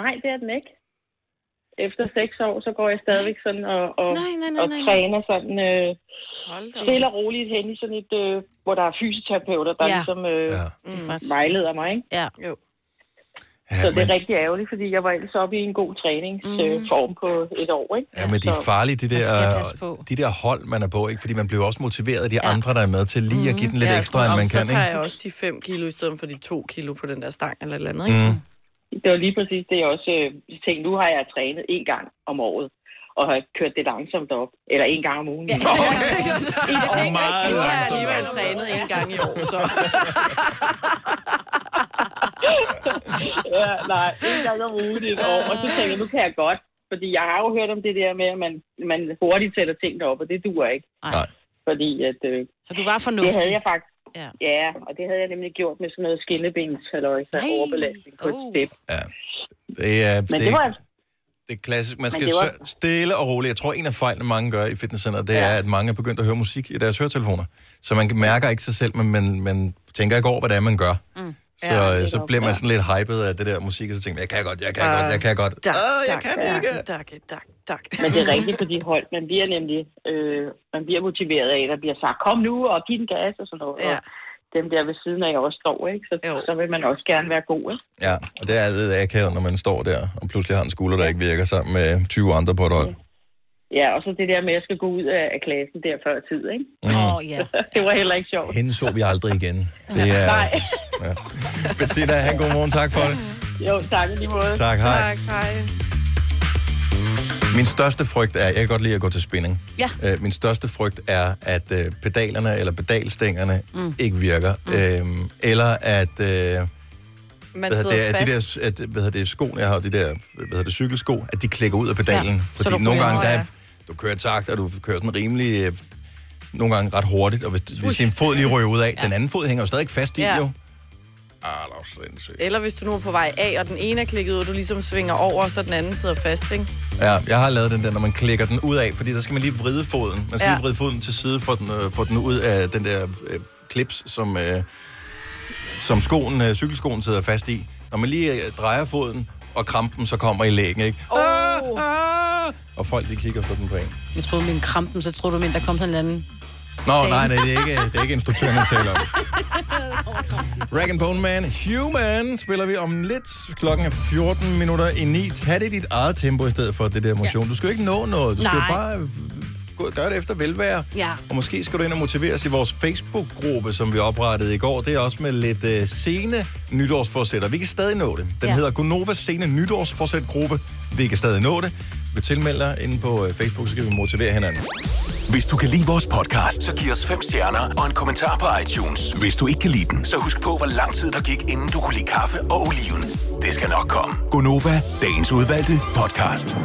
M: Nej, det er den ikke. Efter seks år, så går jeg stadigvæk sådan og, og,
B: Nej, nej, nej,
M: og
B: nej, nej.
M: træner sådan øh,
B: da op.
M: stille og roligt hen i sådan et, øh, hvor der er fysioterapeuter, der
B: Ja.
M: ja. ligesom øh, ja.
B: Det er faktisk-
M: vejleder mig, ikke?
B: Ja.
M: Jo. Så det er rigtig ærgerligt, fordi jeg var ellers oppe i en god træningsform mm. form på et år, ikke?
A: Ja, men de er farlige, de
M: skal
A: der,
M: passe på.
A: de der hold, man er på, ikke? Fordi man bliver også motiveret af de ja. andre, der er med til lige at give den lidt
C: Ja,
A: ekstra,
C: sådan,
A: end
C: om,
A: man kan,
C: Så tager jeg
A: ikke?
C: også de 5 kilo i stedet for de 2 kilo på den der stang eller et eller
A: Mm.
C: andet, ikke?
M: Øh, Det var lige præcis det, jeg også øh, tænkte. Nu har jeg trænet en gang om året, og har kørt det langsomt op. Eller en gang om ugen. Ja.
C: Jeg tænker,
M: meget
C: nu
M: langsomt.
C: har jeg
M: altså.
C: alligevel trænet en gang i år, så...
M: <laughs> ja, nej, en gang om ugen i et år. Og så tænker jeg, nu kan jeg godt. Fordi jeg har jo hørt om det der med, at man, man hurtigt sætter tingene op, og det duer ikke.
B: Nej.
M: Fordi at... Øh,
B: så du var fornuftig?
M: Det havde jeg faktisk.
B: Ja.
M: ja, og det havde jeg nemlig gjort med sådan noget skinnebens, eller
B: Ej,
M: overbelastning på et step.
A: Det er,
M: Men
A: det
M: det
A: er-
M: var
A: Det er klassisk. Man
M: Men
A: skal
M: det var-
A: var... stille og roligt. Jeg tror, en af fejlene, mange gør i fitnesscenteret, det ja. er, at mange er begyndt at høre musik i deres høretelefoner. Så man mærker ikke sig selv, men man, man tænker ikke over, hvad det er, man gør. Mm. Så, ja, så bliver man sådan lidt hypet af det der musik, og så tænker man, jeg kan godt, jeg kan godt, jeg kan godt.
M: Åh, jeg kan
C: tak,
M: ikke.
C: Tak, tak, tak.
M: Men det er rigtigt på de hold. Man bliver nemlig øh, man bliver motiveret af, at der bliver sagt, kom nu og giv den gas og sådan noget. Ja. Og dem der ved siden af også står, ikke? Så, så vil man også gerne være god, ikke?
A: Ja, og det er lidt akavet, når man står der, og pludselig har en skulder, der ikke virker sammen med 20 andre på et hold.
M: Ja, og så det der med, at jeg skal gå ud af, af klassen der før tid, ikke?
A: Mm. Åh,
B: ja.
M: <laughs> det var heller ikke sjovt.
A: Hende så vi aldrig
C: <laughs>
A: igen. Det er...
M: Nej. <laughs>
A: Bettina, han god morgen. Tak for det.
M: Jo, tak i lige måde.
A: Tak, hej.
M: Tak, hej.
A: Min største frygt er, jeg kan godt lide at gå til spinning.
B: Ja.
A: Øh, min største frygt er, at øh, pedalerne eller pedalstængerne mm. ikke virker. Mm. Øhm, eller at, øh, hvad
C: Man
A: hedder
C: sidder
A: det, at de
C: fast.
A: der, at, hvad hedder det, skoene, jeg har jo de der hvad hedder det, cykelsko, at de klikker ud af pedalen.
C: Ja,
A: Ja.
C: så du
A: Fordi nogle
C: ryger,
A: gange, der er,
C: ja.
A: du kører takt, og du kører sådan rimelig, øh, nogle gange ret hurtigt, og hvis, hvis din fod lige ryger ud af, ja. den anden fod hænger jo stadig fast i,
C: Ja.
A: ja. jo. Ah, det er også sindssygt.
C: Eller hvis du nu er på vej af, og den ene er klikket ud, og du ligesom svinger over, så den anden sidder fast, ikke?
A: Ja, jeg har lavet den der, når man klikker den ud af, fordi der skal man lige vride foden. Man skal
C: Ja.
A: ja. lige vride foden til side for den, øh, for den ud af den der øh, klips, som, øh, som skoen, øh, cykelskoen sidder fast i. Når man lige øh, drejer foden, og krampen så kommer i lægen, ikke?
B: Oh.
A: Og folk, de kigger sådan på en.
B: <laughs> Jeg troede, min krampen, så troede du, min, der kom sådan en eller anden...
A: Nå,
B: Dame.
A: nej, nej, det er ikke, det er ikke instruktøren, jeg taler om. Rag and Bone Man, Human, spiller vi om lidt. Klokken er 14 minutter i 9. Tag det i dit eget tempo i stedet for det der motion. Ja. Du skal jo ikke nå noget. Du skal
B: Nej.
A: jo bare øh, gå- gøre det efter velvære.
B: Ja.
A: Og måske skal du ind og motiveres i vores Facebook-gruppe, som vi oprettede i går. Det er også med lidt øh, sene nytårsforsætter. Vi kan stadig nå det. Den
B: Ja.
A: ja. hedder Gonovas sene nytårsforsæt-gruppe. Vi kan stadig nå det. Vi tilmelder inde på øh, Facebook, så kan vi motivere hinanden.
F: Hvis du kan lide vores podcast, så giv os fem stjerner og en kommentar på iTunes. Hvis du ikke kan lide den, så husk på, hvor lang tid der gik, inden du kunne lide kaffe og oliven. Det skal nok komme.
U: Gonova, dagens udvalgte podcast.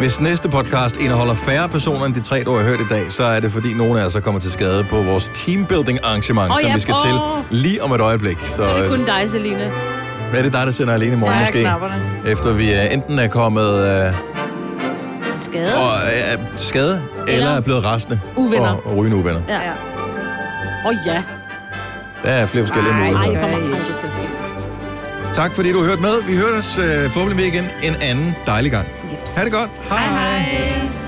A: Hvis næste podcast indeholder færre personer end de tre, du har hørt i dag, så er det fordi, nogen af os er kommet til skade på vores teambuilding-arrangement,
B: Åh,
A: oh, som
B: ja.
A: vi skal til
B: Åh.
A: lige om et øjeblik. Så
B: Det er
A: øh,
B: kun dig, Selina.
A: er det dig, der sender alene i morgen
B: Ja,
A: måske?
B: knapperne.
A: Efter vi øh, enten er kommet øh,
B: Skade.
A: og, øh, er skade, eller, eller er blevet restende.
B: Uvenner.
A: Og, og rygende uvenner.
B: Ja. ja. Og ja.
A: Der er flere forskellige
B: Nej, det
A: muligheder.
B: kommer aldrig til at ske.
A: Tak fordi du hørte med. Vi hører os øh, forhåbentlig med igen en anden dejlig gang. Yes. Ha' det godt. Hej. hej.
B: Hej.